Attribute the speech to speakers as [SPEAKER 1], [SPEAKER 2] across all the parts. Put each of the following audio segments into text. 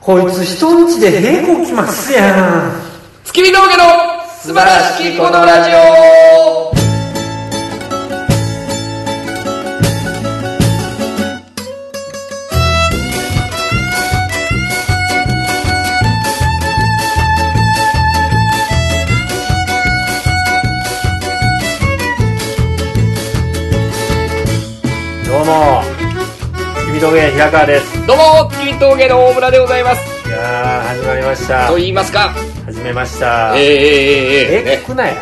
[SPEAKER 1] こいつ人んちで屁こきますやん。
[SPEAKER 2] 月見峠の素晴らしきこのラジオ
[SPEAKER 1] どうも、君とげ平川です。
[SPEAKER 2] どうも月見峠の大村でございます
[SPEAKER 1] いやー、始まりました
[SPEAKER 2] と。言いますか
[SPEAKER 1] 始めました。
[SPEAKER 2] ええええええ
[SPEAKER 1] え、
[SPEAKER 2] ね
[SPEAKER 1] 聞くなや。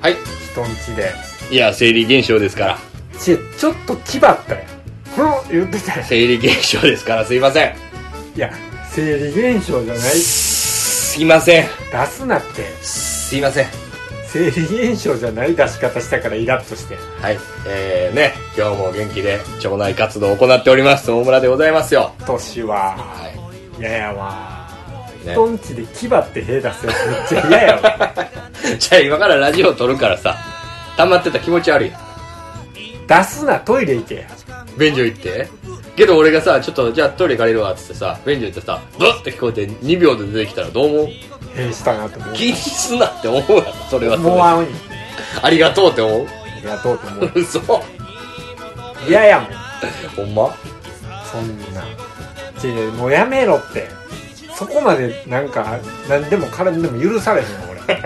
[SPEAKER 2] はい
[SPEAKER 1] 人んちで。
[SPEAKER 2] いや生理現象ですから
[SPEAKER 1] ち、ちょっと気ばったやん。ふん、言ってたやん。
[SPEAKER 2] 生理現象ですからすいません
[SPEAKER 1] いや、生理現象じゃない。
[SPEAKER 2] すいません
[SPEAKER 1] 出すなって。
[SPEAKER 2] すいません
[SPEAKER 1] 生理現象じゃない出し方したからイラッとして。
[SPEAKER 2] はいえー、ね今日も元気で町内活動を行っております大村でございますよ
[SPEAKER 1] 年は、
[SPEAKER 2] はい
[SPEAKER 1] 嫌やわ。
[SPEAKER 2] ね
[SPEAKER 1] 人んちで牙って屁出すやつめっちゃ嫌やわ。
[SPEAKER 2] じゃあ今からラジオ撮るからさ溜まってた気持ち悪い
[SPEAKER 1] 出すな、トイレ行けや。
[SPEAKER 2] 便所行ってけど俺がさちょっとじゃあトイレ借りるわっつってさ便所行ってさブッて聞こえて2秒で出てきたらどう思う
[SPEAKER 1] 屁したなと思う。
[SPEAKER 2] 気にすなって思うやろそれはそれ
[SPEAKER 1] 思
[SPEAKER 2] で
[SPEAKER 1] わんよ。
[SPEAKER 2] ありがとうって思う
[SPEAKER 1] ありがとうと思う。
[SPEAKER 2] 嘘
[SPEAKER 1] 嫌やもん。
[SPEAKER 2] ほんま
[SPEAKER 1] そんな。違う、もうやめろって。そこまで、なんか、何でも絡んでも許されへんわ、俺。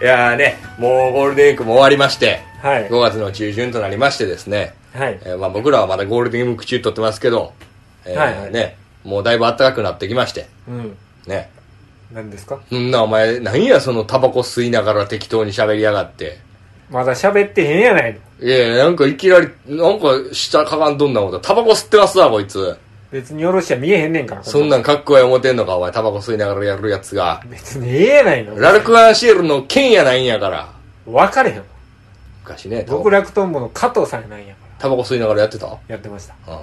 [SPEAKER 2] いやーねもうゴールデンウィークも終わりまして
[SPEAKER 1] はい。
[SPEAKER 2] 5月の中旬となりましてですね、
[SPEAKER 1] はい。
[SPEAKER 2] えーまあ、僕らはまだゴールデンウィーク中撮ってますけど、えー
[SPEAKER 1] はいはい
[SPEAKER 2] ねもうだいぶ暖かくなってきまして
[SPEAKER 1] うん。
[SPEAKER 2] ね
[SPEAKER 1] 何ですか
[SPEAKER 2] んなお前何やそのタバコ吸いながら適当に喋りやがって
[SPEAKER 1] まだ喋ってへんやないの。
[SPEAKER 2] いやいやなんかいきなりなんか下かがんどんなことタバコ吸ってますわこいつ
[SPEAKER 1] 別によろしや見えへんねんから。
[SPEAKER 2] そん
[SPEAKER 1] な。
[SPEAKER 2] なんかっこええ思てんのかお前タバコ吸いながらやるやつが
[SPEAKER 1] 別にええやないの。
[SPEAKER 2] ラルク・アンシエルの剣やないんやから
[SPEAKER 1] 分かれへんわ。
[SPEAKER 2] 昔ねタバ
[SPEAKER 1] 極
[SPEAKER 2] コ
[SPEAKER 1] 楽とんぼの加藤さんやないんやから。
[SPEAKER 2] タバコ吸いながらやってた、
[SPEAKER 1] やってました。
[SPEAKER 2] うん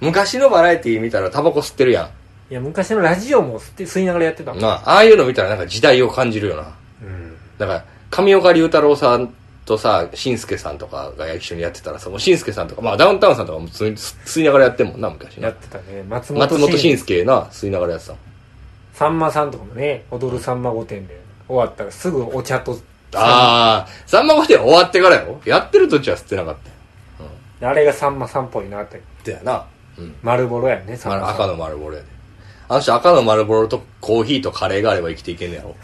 [SPEAKER 2] 昔のバラエティー見たらタバコ吸ってるや
[SPEAKER 1] いや、昔のラジオも吸って吸いながらやってたも
[SPEAKER 2] ん
[SPEAKER 1] ん。
[SPEAKER 2] なあああいうの見たらなんか時代を感じるよな
[SPEAKER 1] うん。
[SPEAKER 2] だから上岡龍太郎さんとさ紳助さんとかが一緒にやってたらさもう紳助さんとか、まあ、ダウンタウンさんとかも普通に吸吸いながらやってんもんな昔
[SPEAKER 1] やっ
[SPEAKER 2] な
[SPEAKER 1] てたね。松本
[SPEAKER 2] 松本
[SPEAKER 1] 慎
[SPEAKER 2] 紳助な吸いながらやってたもん
[SPEAKER 1] さんまさんとかもね、踊るさんま御殿で終わったらすぐお茶と、
[SPEAKER 2] ああ、さんま御殿終わってからよ。やってる途中は吸ってなかったよ。
[SPEAKER 1] あれがさんまさんっぽいなって。
[SPEAKER 2] だよな。うん。
[SPEAKER 1] 丸ボロやね、さんまさん。
[SPEAKER 2] 赤の丸ボロやで。あの人赤の丸ボロとコーヒーとカレーがあれば生きていけんね やろ。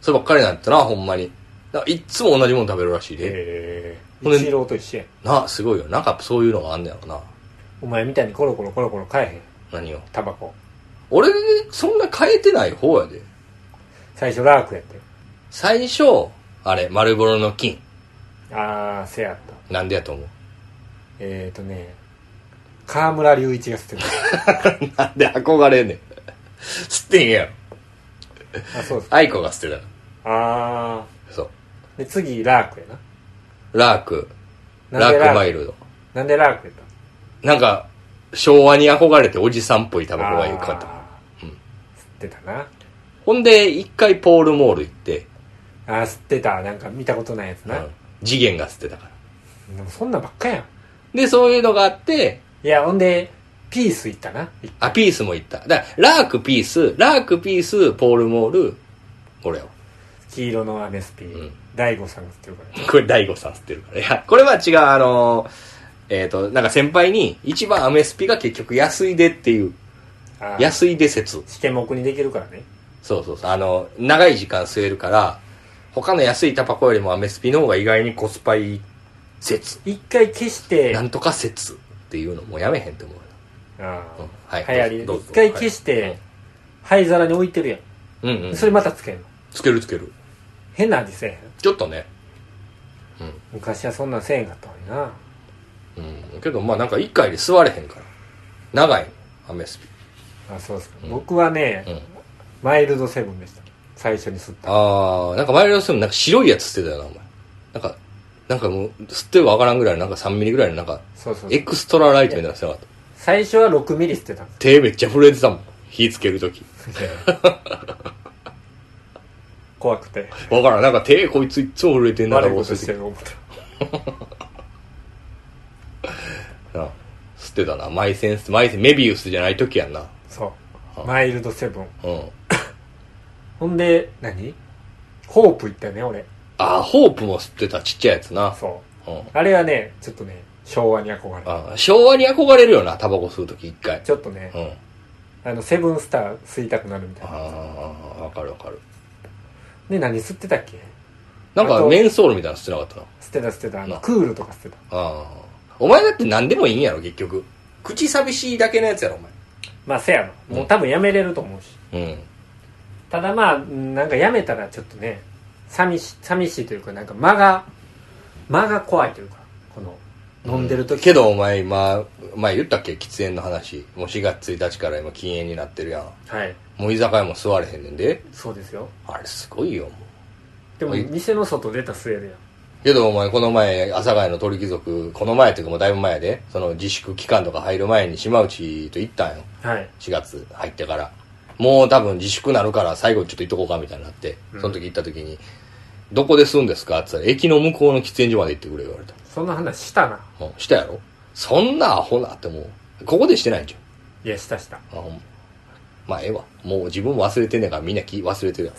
[SPEAKER 2] そればっかりなんやったな、ほんまに。だからいっつも同じもの食べるらしいで。
[SPEAKER 1] え
[SPEAKER 2] ほんで
[SPEAKER 1] ー、一郎と一緒やん
[SPEAKER 2] な、すごいよ。なんかそういうのがあんねやろな。
[SPEAKER 1] お前みたいにコロコロコロコロ買えへん
[SPEAKER 2] 何を。
[SPEAKER 1] タバコ
[SPEAKER 2] 俺、そんな変えてない方やで。
[SPEAKER 1] 最初ラークやって
[SPEAKER 2] 最初、あれ、丸ボロの金。
[SPEAKER 1] ああせやった
[SPEAKER 2] なんでやと思う
[SPEAKER 1] えっ、ー、とね河村隆一が捨て
[SPEAKER 2] なんで憧れん ねん。吸ってんやろ。
[SPEAKER 1] たあそうです
[SPEAKER 2] 愛子が捨てたか
[SPEAKER 1] ああ
[SPEAKER 2] ら。そう。
[SPEAKER 1] で次ラークや
[SPEAKER 2] ラーク、
[SPEAKER 1] な
[SPEAKER 2] ラ
[SPEAKER 1] なんで
[SPEAKER 2] ー
[SPEAKER 1] ラ
[SPEAKER 2] クマ
[SPEAKER 1] ー
[SPEAKER 2] イ
[SPEAKER 1] ク
[SPEAKER 2] ルド。
[SPEAKER 1] なんでラークやった
[SPEAKER 2] なんか、昭和に憧れておじさんっぽいタバコが良かった。
[SPEAKER 1] あー吸ってたな
[SPEAKER 2] ほんで、一回ポールモール行って、
[SPEAKER 1] あー吸ってたなんか見たことないやつ
[SPEAKER 2] う
[SPEAKER 1] な、
[SPEAKER 2] ん、次元が吸ってたから。
[SPEAKER 1] でもそんなんばっかやん
[SPEAKER 2] で、そういうのがあって、
[SPEAKER 1] いやほんでピース行ったな
[SPEAKER 2] あ、ピースも行った。だから、ラークピース、ラークピース、ポールモール、これを。
[SPEAKER 1] 黄色のアメスピ
[SPEAKER 2] う
[SPEAKER 1] ー
[SPEAKER 2] ん
[SPEAKER 1] 大悟、さんが吸ってるから
[SPEAKER 2] これ、大悟さん吸ってるから。いや、これは違う、あのーえっ、と、なんか先輩に、一番アメスピが結局安いでっていう、
[SPEAKER 1] あー
[SPEAKER 2] 安いで説。
[SPEAKER 1] 試験目にできるからね
[SPEAKER 2] そうそうそう。あの、長い時間吸えるから、他の安いタバコよりもアメスピの方が意外にコスパいい説。
[SPEAKER 1] 一回消して
[SPEAKER 2] なんとか説っていうのもうやめへんって思うよ。
[SPEAKER 1] ああ
[SPEAKER 2] うんはい
[SPEAKER 1] 流行り
[SPEAKER 2] ど
[SPEAKER 1] で
[SPEAKER 2] うぞ
[SPEAKER 1] 一回消して灰皿に置いてるやん、
[SPEAKER 2] うんうん。
[SPEAKER 1] それまたつけんの
[SPEAKER 2] つけるつける。
[SPEAKER 1] 変な味せえへん
[SPEAKER 2] ちょっとね。
[SPEAKER 1] 昔はそんなんせえへんかったのにな
[SPEAKER 2] うん。けどまあなんか一回で座れへんから。長いのアメスピ。
[SPEAKER 1] あそうですか、僕はね、
[SPEAKER 2] うん
[SPEAKER 1] マイルドセブンでした最初に吸った
[SPEAKER 2] あー、なんか前のスもなんか白いやつ吸ってたよな、お前。なんか、なんかもう、吸ってわからんぐらいの、なんか3ミリぐらいの、なんか、
[SPEAKER 1] そうそう
[SPEAKER 2] エクストラライトみたいなのしてなかった。
[SPEAKER 1] 最初は6ミリ吸って たんで
[SPEAKER 2] 手めっちゃ震えてたもん。火つけるとき。
[SPEAKER 1] す怖くて
[SPEAKER 2] わからん。なんか手こいついっつも震えてんだか
[SPEAKER 1] 悪
[SPEAKER 2] ら、
[SPEAKER 1] い
[SPEAKER 2] もう
[SPEAKER 1] こと
[SPEAKER 2] 吸
[SPEAKER 1] してる思った
[SPEAKER 2] ってたな。マイセンス、マイセンス、メビウスじゃないときやんな。
[SPEAKER 1] そうマイルドセブン
[SPEAKER 2] うん。
[SPEAKER 1] ほんで何ホープ行ったよね俺
[SPEAKER 2] あー、ホープも吸ってたちっちゃいやつな。
[SPEAKER 1] そう
[SPEAKER 2] うん。
[SPEAKER 1] あれはねちょっとね昭和に憧れた
[SPEAKER 2] あー昭和に憧れるよな、タバコ吸うとき一回。
[SPEAKER 1] ちょっとね
[SPEAKER 2] うん。
[SPEAKER 1] あのセブンスター吸いたくなるみたいな
[SPEAKER 2] ああ、わかるわかる。
[SPEAKER 1] で何吸ってたっけ
[SPEAKER 2] なん
[SPEAKER 1] あ
[SPEAKER 2] か
[SPEAKER 1] と
[SPEAKER 2] メンソールみたいなの吸ってなかったな。
[SPEAKER 1] 吸ってた吸ってたあの
[SPEAKER 2] な
[SPEAKER 1] クールとか吸ってた
[SPEAKER 2] ああ。お前だって何でもいいんやろ、結局。口寂しいだけのやつやろ、
[SPEAKER 1] まあせやろもう多分やめれると思うし
[SPEAKER 2] お前。うん。
[SPEAKER 1] ただまあなんかやめたらちょっとね寂し寂しいというかなんか間が間が怖いというかこの飲んでる時、
[SPEAKER 2] けどお前今、前言ったっけ喫煙の話。もう4月1日から今禁煙になってるやん。
[SPEAKER 1] はい
[SPEAKER 2] もう居酒屋も座れへんねんで。
[SPEAKER 1] そうですよ
[SPEAKER 2] あれすごいよ、もう。
[SPEAKER 1] でも
[SPEAKER 2] はい
[SPEAKER 1] 店の外出た末でや
[SPEAKER 2] けどお前この前、阿佐ヶ谷の鳥貴族、この前っていうかもうだいぶ前やで、その自粛期間とか入る前に島内と行ったんよ。
[SPEAKER 1] はい
[SPEAKER 2] 4月入ってからもう多分自粛なるから最後にちょっと行っとこうかみたいになって、
[SPEAKER 1] うん
[SPEAKER 2] その時行った時に「どこで吸うんですか?」って言ったら「駅の向こうの喫煙所まで行ってくれ」言われた、
[SPEAKER 1] そんな話したな
[SPEAKER 2] うん、したやろそんなアホなってもうここでしてないんじ
[SPEAKER 1] いやした した
[SPEAKER 2] ゃんあほんままあええわもう自分忘れてんねんからみんなき忘れてるや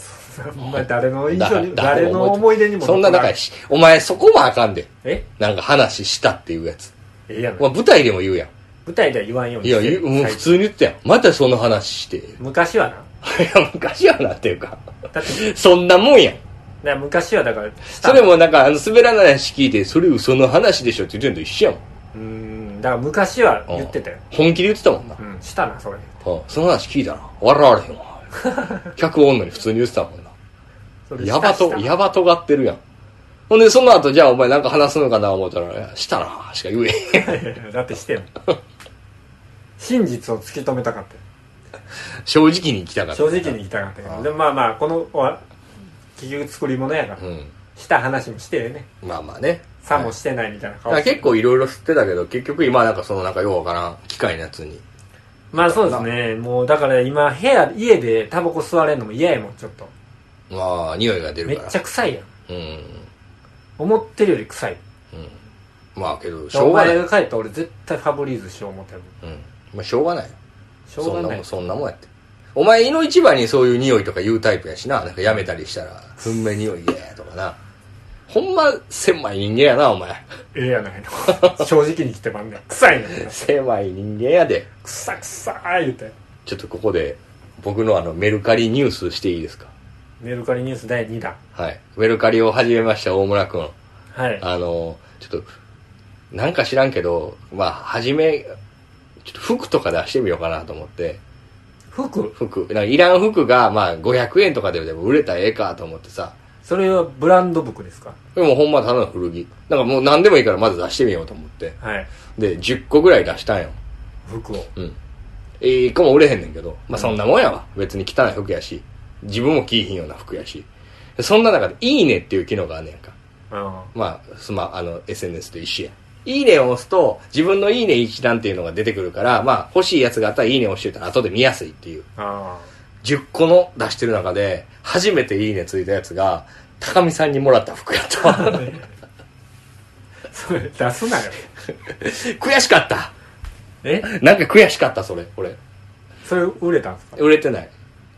[SPEAKER 2] ん
[SPEAKER 1] お前誰の印
[SPEAKER 2] だ
[SPEAKER 1] 象に
[SPEAKER 2] だ
[SPEAKER 1] 誰の思い出にも
[SPEAKER 2] そんな
[SPEAKER 1] 残ら
[SPEAKER 2] 仲いいしお前そこもあかんで
[SPEAKER 1] え
[SPEAKER 2] なんか話したっていうやつ、
[SPEAKER 1] ええやん
[SPEAKER 2] まあ、舞台でも言うやん
[SPEAKER 1] 舞台では言わんように
[SPEAKER 2] いや
[SPEAKER 1] して
[SPEAKER 2] 言
[SPEAKER 1] る
[SPEAKER 2] ううん
[SPEAKER 1] 最
[SPEAKER 2] 普
[SPEAKER 1] 近
[SPEAKER 2] 通に言ってたやんまたその話 してい
[SPEAKER 1] 昔はな
[SPEAKER 2] や昔やなっていうか
[SPEAKER 1] だって
[SPEAKER 2] そんなもんやん
[SPEAKER 1] だから昔はだからした
[SPEAKER 2] それもなんか、あの、滑らない話聞いて、それ嘘の話でしょって言ってんのと一緒やもん。
[SPEAKER 1] うーんだから昔は言ってたよ
[SPEAKER 2] 本気で言ってたもんな。
[SPEAKER 1] うんしたなそれ
[SPEAKER 2] うんその話聞いたら、笑われへんわ。客おんのに普通に言ってた もんな。
[SPEAKER 1] それ
[SPEAKER 2] やばと
[SPEAKER 1] した、した
[SPEAKER 2] やばとがってるやん。ほんで、その後、じゃあお前なんか話すのかな思ったら、いやしたな、しか言えへ
[SPEAKER 1] いや
[SPEAKER 2] ん。
[SPEAKER 1] いやだってしてんの真実を突き止めたかったよ
[SPEAKER 2] 正直に来たから。
[SPEAKER 1] 正直に言いたかったけ
[SPEAKER 2] あ
[SPEAKER 1] ど
[SPEAKER 2] あ
[SPEAKER 1] でもまあまあこのは結局作り物やから、
[SPEAKER 2] うん。
[SPEAKER 1] した話もしてね
[SPEAKER 2] まあまあね。
[SPEAKER 1] さもしてないみたいな
[SPEAKER 2] だ
[SPEAKER 1] 顔
[SPEAKER 2] か
[SPEAKER 1] し
[SPEAKER 2] ら
[SPEAKER 1] て
[SPEAKER 2] 結構いろいろ吸ってたけど、結局今はなんかそのなんかようわからん機械のやつに。
[SPEAKER 1] まあそうですねもうだから今部屋家でタバコ吸われるのも嫌やもんちょっと
[SPEAKER 2] まあ、匂いが出
[SPEAKER 1] め
[SPEAKER 2] る
[SPEAKER 1] っ
[SPEAKER 2] から。
[SPEAKER 1] ちゃ臭いやん
[SPEAKER 2] うん。
[SPEAKER 1] 思ってるより臭い
[SPEAKER 2] まあけど、しょ
[SPEAKER 1] お
[SPEAKER 2] うがない。
[SPEAKER 1] 前
[SPEAKER 2] うん。
[SPEAKER 1] が帰ったら俺絶対ファブリーズしよう思ってる
[SPEAKER 2] まあしょうがない。
[SPEAKER 1] しょ
[SPEAKER 2] そ
[SPEAKER 1] うんが
[SPEAKER 2] な
[SPEAKER 1] な
[SPEAKER 2] も
[SPEAKER 1] い
[SPEAKER 2] んそんなもんやってお前胃の一番にそういう匂いとか言うタイプやしななんかやめたりしたら「ふんめ匂い嫌や」とかなほんま狭い人間やなお前
[SPEAKER 1] ええやないの正直に来てまんねん臭いねん
[SPEAKER 2] 狭い人間やで
[SPEAKER 1] 臭臭い言うて
[SPEAKER 2] ちょっとここで僕のあのメルカリニュースしていいですか
[SPEAKER 1] メルカリニュース第2弾
[SPEAKER 2] はいメルカリを始めました大村君
[SPEAKER 1] はい
[SPEAKER 2] あのちょっとなんか知らんけどまあ初めちょっと服とか出してみようかなと思って
[SPEAKER 1] 服
[SPEAKER 2] 服なんかいらん服がまあ500円とかででも売れたらええかと思ってさ
[SPEAKER 1] それはブランド服ですか
[SPEAKER 2] でもほんまただの古着。なんかもう何でもいいからまず出してみようと思って。
[SPEAKER 1] はい
[SPEAKER 2] で、10個ぐらい出したんよ。
[SPEAKER 1] 服を
[SPEAKER 2] うん。えー、1個も売れへんねんけど。まあそんなもんやわ。別に汚い服やし。自分も着いひんような服やし。そんな中で、いいねっていう機能があんねんか。
[SPEAKER 1] うん
[SPEAKER 2] まあ、スマ、あの、SNS と一緒や。いいねを押すと、自分のいいね一覧っていうのが出てくるから、まあ、欲しいやつがあったらいいねを押してたら後で見やすいっていう。
[SPEAKER 1] あ
[SPEAKER 2] 10個の出してる中で、初めていいねついたやつが、高見さんにもらった服やった。
[SPEAKER 1] あ それ出すなよ
[SPEAKER 2] 悔しかった
[SPEAKER 1] え
[SPEAKER 2] なんか悔しかった、それ、俺。
[SPEAKER 1] それ売れたんですか
[SPEAKER 2] 売れてない。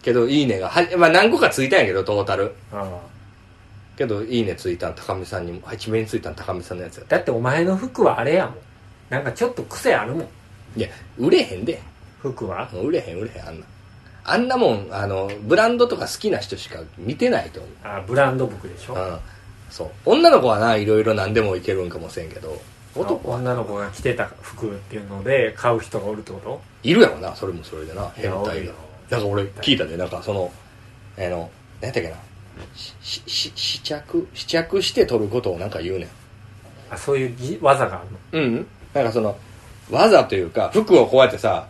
[SPEAKER 2] けど、いいねが、はまあ何個かついたんやけど、トータル。
[SPEAKER 1] あ
[SPEAKER 2] けど、いいねついたん、高見さんにも、一面についたん、高見さんのやつやった
[SPEAKER 1] だってお前の服はあれやもんなんかちょっと癖あるもん
[SPEAKER 2] いや、売れへんで。
[SPEAKER 1] 服は
[SPEAKER 2] もう売れへん、売れへん、あんな。あんなもん、あの、ブランドとか好きな人しか見てないと思
[SPEAKER 1] あブランド服でしょ
[SPEAKER 2] う。うん。そう。女の子はな、いろいろ何でもいけるんかもせんけど、男は、
[SPEAKER 1] 女の子が着てた服っていうので買う人がおるってこと
[SPEAKER 2] いるやろな、それもそれで
[SPEAKER 1] い
[SPEAKER 2] な、変
[SPEAKER 1] や多い
[SPEAKER 2] 態
[SPEAKER 1] よ
[SPEAKER 2] が。なんか俺、聞いたで、なんかその、あの、何やったっけな、し、し、試着、試着して取ることをなんか言うねん。
[SPEAKER 1] あそういうぎ技があるの
[SPEAKER 2] うん。なんかその、技というか、服をこうやってさ、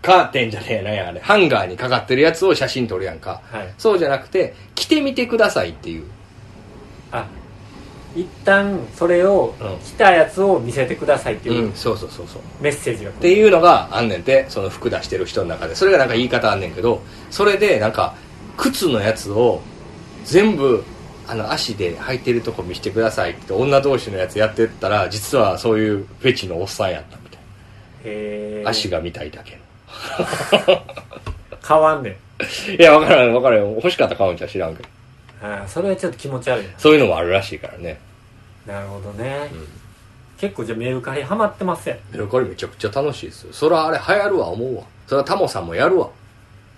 [SPEAKER 2] カーテンじゃねえなやあれ。ハンガーにかかってるやつを写真撮るやんか。
[SPEAKER 1] はい
[SPEAKER 2] そうじゃなくて、着てみてくださいっていう。
[SPEAKER 1] あ一旦それを
[SPEAKER 2] うん、
[SPEAKER 1] 着たやつを見せてくださいっていううん
[SPEAKER 2] そうそうそうそう。っ
[SPEAKER 1] メッセージが来る
[SPEAKER 2] ていうのがあんねんて、その服出してる人の中で。それがなんか言い方あんねんけど、それでなんか、靴のやつを全部、あの足で履いてるとこ見せてくださいって女同士のやつやってったら実はそういうフェチのおっさんやったみたい
[SPEAKER 1] へえ
[SPEAKER 2] な足が見たいだけの
[SPEAKER 1] 買わんねん
[SPEAKER 2] いや、わからん、わからん。欲しかったら買うんちゃう知らんけど。
[SPEAKER 1] あーそれはちょっと気持ち悪い
[SPEAKER 2] そういうのもあるらしいからね。
[SPEAKER 1] ななるほどね、結構じゃあメルカリハマってますやん
[SPEAKER 2] メルカリめちゃくちゃ楽しいですよ。そらあれ流行るわ、思うわ。そらタモさんもやるわ。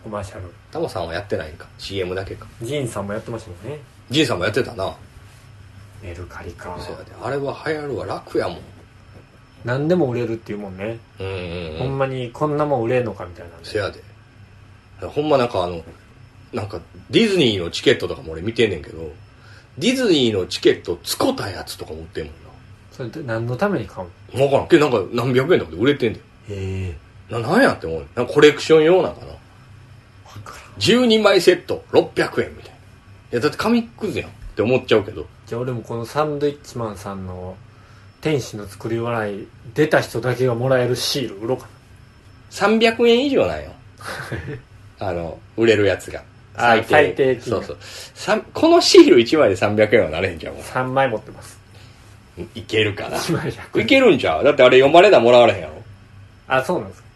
[SPEAKER 1] コマーシャル
[SPEAKER 2] タモさんはやってないんか。CM だけか。
[SPEAKER 1] ジンさんもやってましたもんね
[SPEAKER 2] ジンさんもやってたな。
[SPEAKER 1] メルカリか
[SPEAKER 2] そうやで。あれは流行るわ、楽やもん。
[SPEAKER 1] 何でも売れるっていうもんね、
[SPEAKER 2] う
[SPEAKER 1] ほ
[SPEAKER 2] んうんうんん。
[SPEAKER 1] まにこんなもん売れんのかみたいなんで
[SPEAKER 2] せやで。ほんまなんかあの、なんかディズニーのチケットとかも俺見てんねんけど、ディズニーのチケットつこたやつとか持ってんもん
[SPEAKER 1] それって何のために買うの
[SPEAKER 2] な。わからん。けどなんか何百円とかで売れてんだよ。
[SPEAKER 1] ええ
[SPEAKER 2] な、なんやって思うねんなんかコレクション用なんかな。12枚セット600円みたいな。いや、だって紙くずやんって思っちゃうけど。
[SPEAKER 1] じゃあ俺もこのサンドイッチマンさんの天使の作り笑い出た人だけがもらえるシール売ろうか
[SPEAKER 2] 300円以上なんよ あの売れるやつが
[SPEAKER 1] あ最低金
[SPEAKER 2] そ
[SPEAKER 1] 額
[SPEAKER 2] うそうさんこのシール1枚で300円はなれへんじゃんも
[SPEAKER 1] な3枚持ってます
[SPEAKER 2] ういけるかな
[SPEAKER 1] 1枚100
[SPEAKER 2] いけるんちゃうだってあれ読まれなもらわれへんや
[SPEAKER 1] あそうなんですか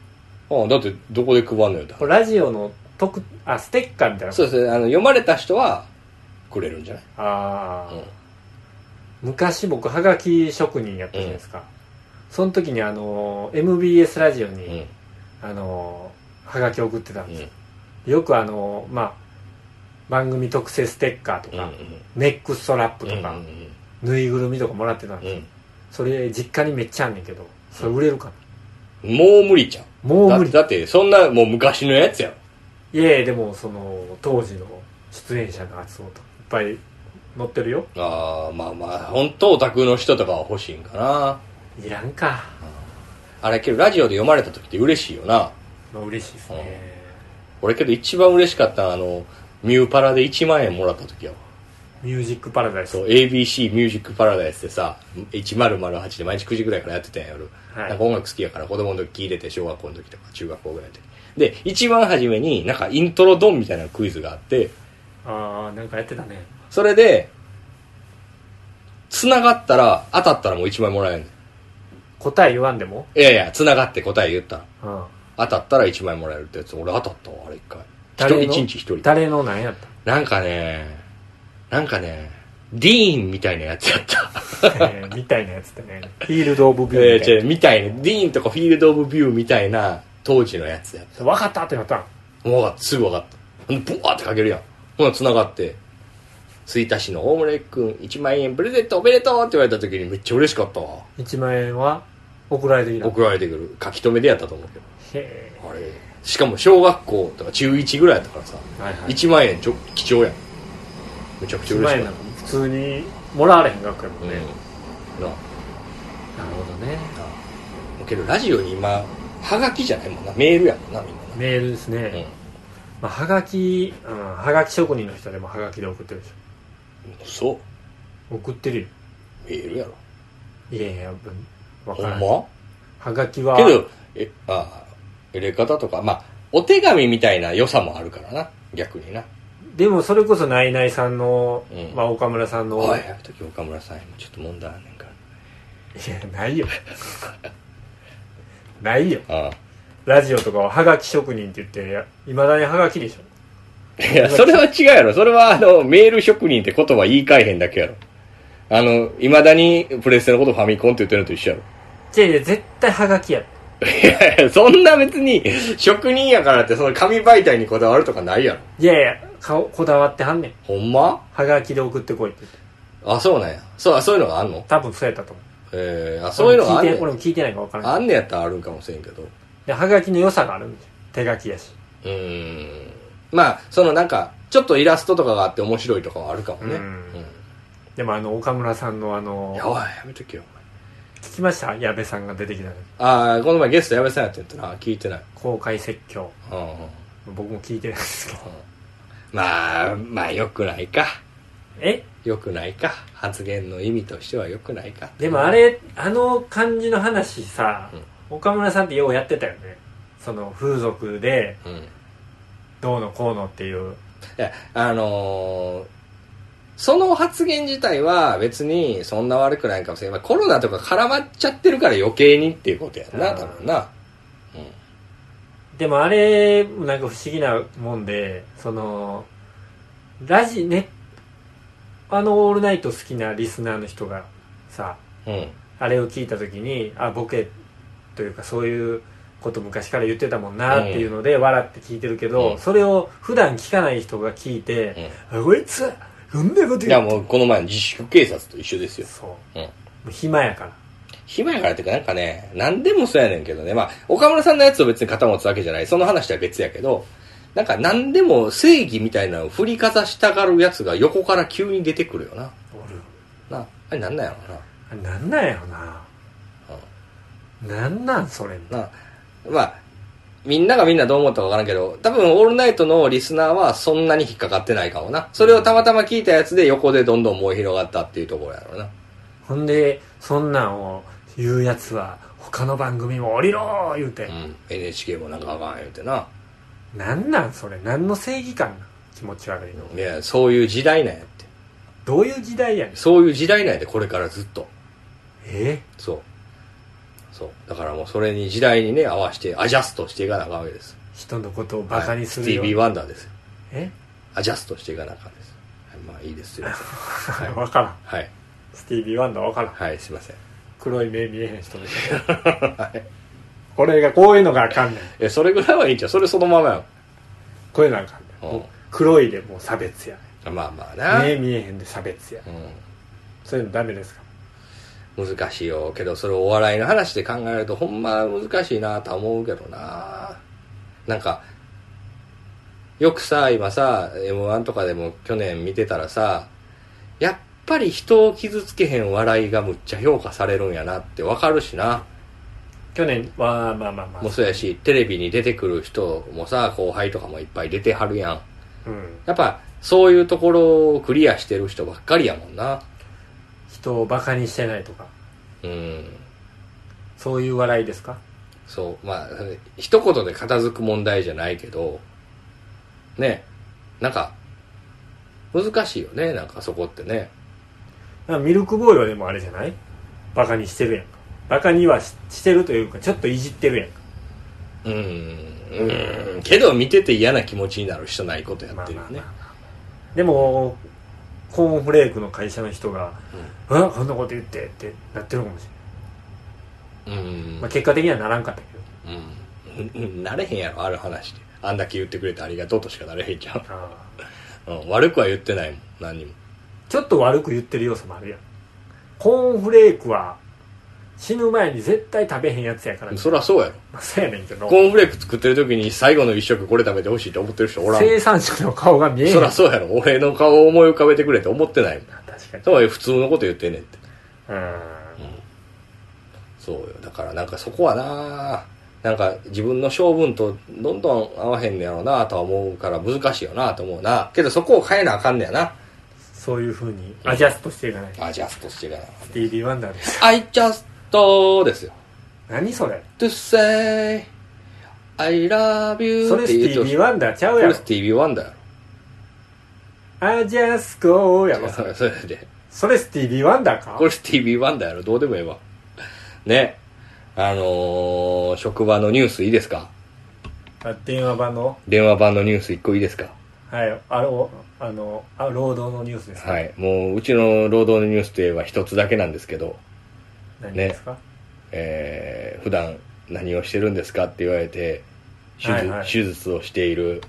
[SPEAKER 2] ろうんだってどこで配んのよだ
[SPEAKER 1] これラジオの特あステッカーみたいな
[SPEAKER 2] そうそうあの読まれた人はくれるんじゃない、
[SPEAKER 1] ああ、
[SPEAKER 2] うん
[SPEAKER 1] 昔僕はがき職人やったじゃないですか、その時にあの MBS ラジオに、
[SPEAKER 2] うん
[SPEAKER 1] あのはがき送ってたん
[SPEAKER 2] う
[SPEAKER 1] で
[SPEAKER 2] ん
[SPEAKER 1] すよ、よくあのまあ番組特製ステッカーと
[SPEAKER 2] うんう
[SPEAKER 1] か、
[SPEAKER 2] ん
[SPEAKER 1] ネックストラップ
[SPEAKER 2] う
[SPEAKER 1] と
[SPEAKER 2] ん
[SPEAKER 1] か、ぬいぐるみとかもらってたんです
[SPEAKER 2] う
[SPEAKER 1] よ、
[SPEAKER 2] ん
[SPEAKER 1] それ実家にめっちゃあんねんけどそれ売れるかな、
[SPEAKER 2] うんもう無理ちゃう
[SPEAKER 1] もう無
[SPEAKER 2] だ
[SPEAKER 1] 理
[SPEAKER 2] だってそんなもう昔のやつやろ
[SPEAKER 1] いやいやでもその当時の出演者の発音とかいっぱい載ってるよ
[SPEAKER 2] ああまあまあ本当オタクの人とかは欲しいんかない
[SPEAKER 1] らんか
[SPEAKER 2] あれけどラジオで読まれた時って嬉しいよな
[SPEAKER 1] まあ嬉しいですね、
[SPEAKER 2] 俺けど一番嬉しかったのはあのミューパラで1万円もらった時やわ
[SPEAKER 1] ミュージックパラダイス
[SPEAKER 2] そう ABC ミュージックパラダイスでさ1008で毎日9時ぐらいからやってたんや夜、
[SPEAKER 1] はい
[SPEAKER 2] なんか音楽好きやから子供の時聞いてて小学校の時とか中学校ぐらいでで一番初めになんかイントロドンみたいなクイズがあって
[SPEAKER 1] ああなんかやってたね
[SPEAKER 2] それで繋がったら当たったらもう1枚もらえんねん
[SPEAKER 1] 答え言わんでも
[SPEAKER 2] いやいや繋がって答え言ったら
[SPEAKER 1] うん
[SPEAKER 2] 当たったら1枚もらえるってやつ俺当たったわあれ1回
[SPEAKER 1] 誰
[SPEAKER 2] 1
[SPEAKER 1] の
[SPEAKER 2] 人1日1人
[SPEAKER 1] 誰の何やった
[SPEAKER 2] なんかね、なんかね、ディーンみたいなやつやった。
[SPEAKER 1] えーみたいなやつってねフィールド・オブ・ビュー
[SPEAKER 2] え
[SPEAKER 1] み
[SPEAKER 2] ー、
[SPEAKER 1] たい
[SPEAKER 2] 違う、みたいな。ディーンとかフィールド・オブ・ビューみたいな当時のやつやっ
[SPEAKER 1] な分かったってなったん
[SPEAKER 2] た。もうわかったすぐ分かった。ほんでブワーってかけるやん。ほな、繋がって、吹田市の大村くん1万円プレゼントおめでとうって言われた時にめっちゃ嬉しかったわ。
[SPEAKER 1] 1万円は送られてきたへ
[SPEAKER 2] 送られてくる。書き留めでやったと思うけど。
[SPEAKER 1] え
[SPEAKER 2] あれ、しかも小学校とか中1ぐらいやったからさ、
[SPEAKER 1] はいはい
[SPEAKER 2] 1万円ちょ貴重やん。めちゃくちゃ
[SPEAKER 1] 1
[SPEAKER 2] 嬉
[SPEAKER 1] 万
[SPEAKER 2] し
[SPEAKER 1] 円
[SPEAKER 2] か
[SPEAKER 1] なん
[SPEAKER 2] っ
[SPEAKER 1] か普通にもらわれへん額やも
[SPEAKER 2] た。
[SPEAKER 1] ん
[SPEAKER 2] うん。
[SPEAKER 1] ね、
[SPEAKER 2] な
[SPEAKER 1] なるほ
[SPEAKER 2] あ
[SPEAKER 1] どね
[SPEAKER 2] けどラジオに今はがきじゃないもんなメールやもんなみんな
[SPEAKER 1] メールですね、
[SPEAKER 2] な、うん、
[SPEAKER 1] まあ、はがき、うん、はがき職人の人でもはがきで送ってるでし
[SPEAKER 2] そう
[SPEAKER 1] ょ送ってるよ
[SPEAKER 2] メールやろ
[SPEAKER 1] いやいや分
[SPEAKER 2] ほ
[SPEAKER 1] から
[SPEAKER 2] ん
[SPEAKER 1] ない
[SPEAKER 2] ま
[SPEAKER 1] はがきは
[SPEAKER 2] けどえああ入れ方とかまあお手紙みたいな良さもあるからな逆にな
[SPEAKER 1] でもそれこそナイナイさんの、
[SPEAKER 2] うん
[SPEAKER 1] まあ、岡村さんの、
[SPEAKER 2] おいあの時岡村さん今ちょっと問題あんねんか
[SPEAKER 1] いやないよないよ
[SPEAKER 2] らあ
[SPEAKER 1] ラジオとかははがき職人って言っていまだにはがきでしょ
[SPEAKER 2] あいやそれは違うやろそれはあのメール職人って言葉言い換えへんだけやろあのいまだにプレステのことファミコンって言ってるのと一緒やろ
[SPEAKER 1] いやいや絶対はがきや
[SPEAKER 2] いやいやそんな別に職人やからってその紙媒体にこだわるとかないやろ
[SPEAKER 1] いやいや顔こだわってはんねん
[SPEAKER 2] ほんま
[SPEAKER 1] はがきで送ってこいって言って
[SPEAKER 2] あ、そうなんや。そう、そういうのがあんの
[SPEAKER 1] 多分そうやったと思う
[SPEAKER 2] えー、あ、そういうのがあん
[SPEAKER 1] 俺も聞いて俺
[SPEAKER 2] ねん。
[SPEAKER 1] も聞いてないから分からない
[SPEAKER 2] あんねやったらあるんかもしれんけど。う
[SPEAKER 1] ではがきの良さがあるんですよ手書きやし
[SPEAKER 2] ーん。まあ、そのなんか、ちょっとイラストとかがあって面白いとかはあるかもね。
[SPEAKER 1] う
[SPEAKER 2] うんん。
[SPEAKER 1] でもあの岡村さんのあの
[SPEAKER 2] やばい、やめとけよ。お前
[SPEAKER 1] 聞きました矢部さんが出てきた時
[SPEAKER 2] あーこの前ゲストやめさんやってんやったな。聞いてない。
[SPEAKER 1] 公開説教
[SPEAKER 2] うんうん。うん
[SPEAKER 1] 僕も聞いてないですけど
[SPEAKER 2] まあ、まあ、良くないか。
[SPEAKER 1] え
[SPEAKER 2] 良くないか。発言の意味としては良くないか。
[SPEAKER 1] でもあれあの感じの話さ、
[SPEAKER 2] う
[SPEAKER 1] 岡村さんってようやってたよねその風俗で
[SPEAKER 2] うん。い
[SPEAKER 1] どうのこうのっていう
[SPEAKER 2] や、あのーその発言自体は別にそんな悪くないかもしれない。コロナとか絡まっちゃってるから余計にっていうことやんな、多分な。
[SPEAKER 1] でもあれもなんか不思議なもんでそのラジねあの「オールナイト」好きなリスナーの人がさ
[SPEAKER 2] うん
[SPEAKER 1] あれを聞いた時にあボケというかそういうこと昔から言ってたもんなっていうので笑って聞いてるけど、
[SPEAKER 2] うん
[SPEAKER 1] それを普段聞かない人が聞いて「あこいつこんなこと言っ
[SPEAKER 2] う
[SPEAKER 1] て
[SPEAKER 2] んいやもうこの前の自粛警察と一緒ですよ
[SPEAKER 1] そう、
[SPEAKER 2] うん
[SPEAKER 1] もう暇やから
[SPEAKER 2] 暇やからっていうかなんかね何でもそうやねんけどねまあ岡村さんのやつを別に肩持つわけじゃないその話とは別やけどなんか何でも正義みたいなのを振りかざしたがるやつが横から急に出てくるよな
[SPEAKER 1] おる
[SPEAKER 2] なあれなんなんやろな
[SPEAKER 1] あれなんなんやろな、なんなんそれ
[SPEAKER 2] なまあみんながみんなどう思ったか分からんけど多分「オールナイト」のリスナーはそんなに引っかかってないかもなそれをたまたま聞いたやつで横でどんどん燃え広がったっていうところやろうな
[SPEAKER 1] ほんでそんなんを言うやつは他の番組も降りろー言うて
[SPEAKER 2] う、ん NHK もなんかあかん言うてな
[SPEAKER 1] なんなんそれ何の正義感なん気持ち悪いの
[SPEAKER 2] いやそういう時代なんやって
[SPEAKER 1] どういう時代やねん
[SPEAKER 2] そういう時代なんやでこれからずっと
[SPEAKER 1] え
[SPEAKER 2] そうそうだからもうそれに時代にね合わせてアジャストしていかなあかんわけです
[SPEAKER 1] 人のことをバカにす
[SPEAKER 2] は
[SPEAKER 1] る
[SPEAKER 2] いス
[SPEAKER 1] よ、
[SPEAKER 2] ティービー・ワンダーですよ
[SPEAKER 1] え
[SPEAKER 2] アジャストしていかなあかんです、はい、まあいいですよはい
[SPEAKER 1] 分からん
[SPEAKER 2] はい
[SPEAKER 1] スティービー・ワンダー分からん
[SPEAKER 2] はいすいません
[SPEAKER 1] 黒い目見えへん人でしょこれがこういうのがあかんねん
[SPEAKER 2] えそれぐらいはいいんちゃうそれそのままやん
[SPEAKER 1] こういうのがあかんねん
[SPEAKER 2] うん
[SPEAKER 1] もう黒いでもう差別や
[SPEAKER 2] まあまあな、
[SPEAKER 1] 目見えへんで差別やそういうのダメですか
[SPEAKER 2] うん、難しいよけどそれをお笑いの話で考えるとほんま難しいなとは思うけどななんかよくさ今さ m 1とかでも去年見てたらさやっぱり人を傷つけへん笑いがむっちゃ評価されるんやなってわかるしな
[SPEAKER 1] 去年はまあまあまあ
[SPEAKER 2] もうそうやしテレビに出てくる人もさ後輩とかもいっぱい出てはるやん
[SPEAKER 1] うん
[SPEAKER 2] やっぱそういうところをクリアしてる人ばっかりやもんな
[SPEAKER 1] 人をバカにしてないとか
[SPEAKER 2] うん
[SPEAKER 1] そういう笑いですか
[SPEAKER 2] そうまあ一言で片付く問題じゃないけどねなんか難しいよねなんかそこってね
[SPEAKER 1] なんかミルクボーイはでもあれじゃないバカにしてるやんかバカにはししてるというかちょっといじってるやんか
[SPEAKER 2] うんうんけど見てて嫌な気持ちになる人ないことやってるよね、
[SPEAKER 1] でもコーンフレークの会社の人が「うん、こんなこと言って」ってなってるかもしれ
[SPEAKER 2] うん
[SPEAKER 1] ない、まあ、結果的にはならんかったけど
[SPEAKER 2] うんうん なれへんやろある話であんだけ言ってくれてありがとうとしかなれへんじゃん、
[SPEAKER 1] ああ
[SPEAKER 2] うん、悪くは言ってないもん何にも
[SPEAKER 1] ちょっと悪く言ってる要素もあるやんコーンフレークは死ぬ前に絶対食べへんやつやから、
[SPEAKER 2] そりゃそうやろ
[SPEAKER 1] まあ、そうやねんけど
[SPEAKER 2] コーンフレーク作ってる時に最後の一食これ食べてほしいって思ってる人おらんもん
[SPEAKER 1] 生産者の顔が見えへん
[SPEAKER 2] そりゃそうやろ俺の顔を思い浮かべてくれって思ってないもん
[SPEAKER 1] 確かに
[SPEAKER 2] とはいえ普通のこと言ってんねんって
[SPEAKER 1] うん
[SPEAKER 2] そうよだからなんかそこはななんか自分の性分とどんどん合わへんねやろうなとは思うから難しいよなと思うなけどそこを変えなあかんねやな
[SPEAKER 1] そういうふうにアジャストしていかない
[SPEAKER 2] アジャストしていかな
[SPEAKER 1] スティービー・ワンダーです
[SPEAKER 2] I just ですよ
[SPEAKER 1] 何それ
[SPEAKER 2] To say I love you
[SPEAKER 1] それ
[SPEAKER 2] っ
[SPEAKER 1] ス
[SPEAKER 2] て
[SPEAKER 1] ティ
[SPEAKER 2] 言う
[SPEAKER 1] ー
[SPEAKER 2] と
[SPEAKER 1] ビー・ワンダーちゃ
[SPEAKER 2] こ
[SPEAKER 1] うや
[SPEAKER 2] れ
[SPEAKER 1] ろ
[SPEAKER 2] スティービー・ワンダーや
[SPEAKER 1] アジャスコーやろ
[SPEAKER 2] ろ
[SPEAKER 1] それ
[SPEAKER 2] それで
[SPEAKER 1] それスティービー・ワンダーか
[SPEAKER 2] これスティービー・ワンダーやろどうでもええわねあのー、職場のニュースいいですか
[SPEAKER 1] あ電話番の
[SPEAKER 2] 電話版のニュース1個いいですか
[SPEAKER 1] はいあのあのあ労働のニュースですか、
[SPEAKER 2] はい、もううちの労働のニュースといえば一つだけなんですけど、
[SPEAKER 1] 何ですか、
[SPEAKER 2] えー、普段何をしてるんですかって言われて手術,、
[SPEAKER 1] はいはい
[SPEAKER 2] 手術をしている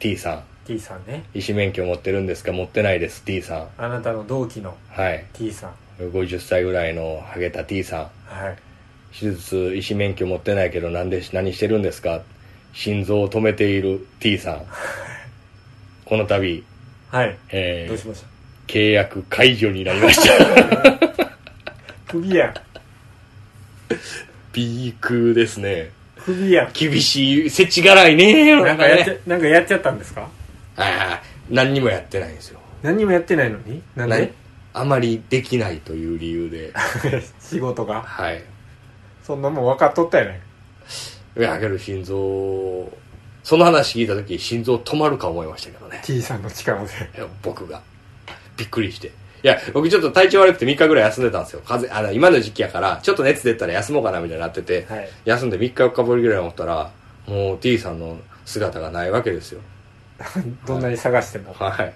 [SPEAKER 2] T さ
[SPEAKER 1] T さんね
[SPEAKER 2] ん医師免許持ってるんですか持ってないです T さん
[SPEAKER 1] あなたの同期の
[SPEAKER 2] はい
[SPEAKER 1] T さん
[SPEAKER 2] 50歳ぐらいのハゲた T さん
[SPEAKER 1] はい
[SPEAKER 2] 手術医師免許持ってないけどなんで何してるんですか心臓を止めている T さんこの度、
[SPEAKER 1] はい
[SPEAKER 2] え
[SPEAKER 1] どうし
[SPEAKER 2] ー、
[SPEAKER 1] ました
[SPEAKER 2] 契約解除になり ました
[SPEAKER 1] 首やん
[SPEAKER 2] ピークですね
[SPEAKER 1] 首やん
[SPEAKER 2] 厳しいせちがらいね
[SPEAKER 1] なんかやっち
[SPEAKER 2] ね
[SPEAKER 1] ゃなんかやっちゃったんですか
[SPEAKER 2] ああ何にもやってないんですよ
[SPEAKER 1] 何にもやってないのになんで
[SPEAKER 2] なあまりできないという理由で
[SPEAKER 1] 仕事が
[SPEAKER 2] はい
[SPEAKER 1] そんなもん分かっとったよね
[SPEAKER 2] いやけど心臓その話聞いた時心臓止まるか思いましたけどね
[SPEAKER 1] T さんの力で
[SPEAKER 2] いや僕がびっくりしていや僕ちょっと体調悪くて3日ぐらい休んでたんですよ風邪あの今の時期やからちょっと熱出たら休もうかなみたいになってて、
[SPEAKER 1] はい
[SPEAKER 2] 休んで3日4日ぶりぐらいに思ったらもう T さんの姿がないわけですよ
[SPEAKER 1] どんなに探しても、
[SPEAKER 2] はい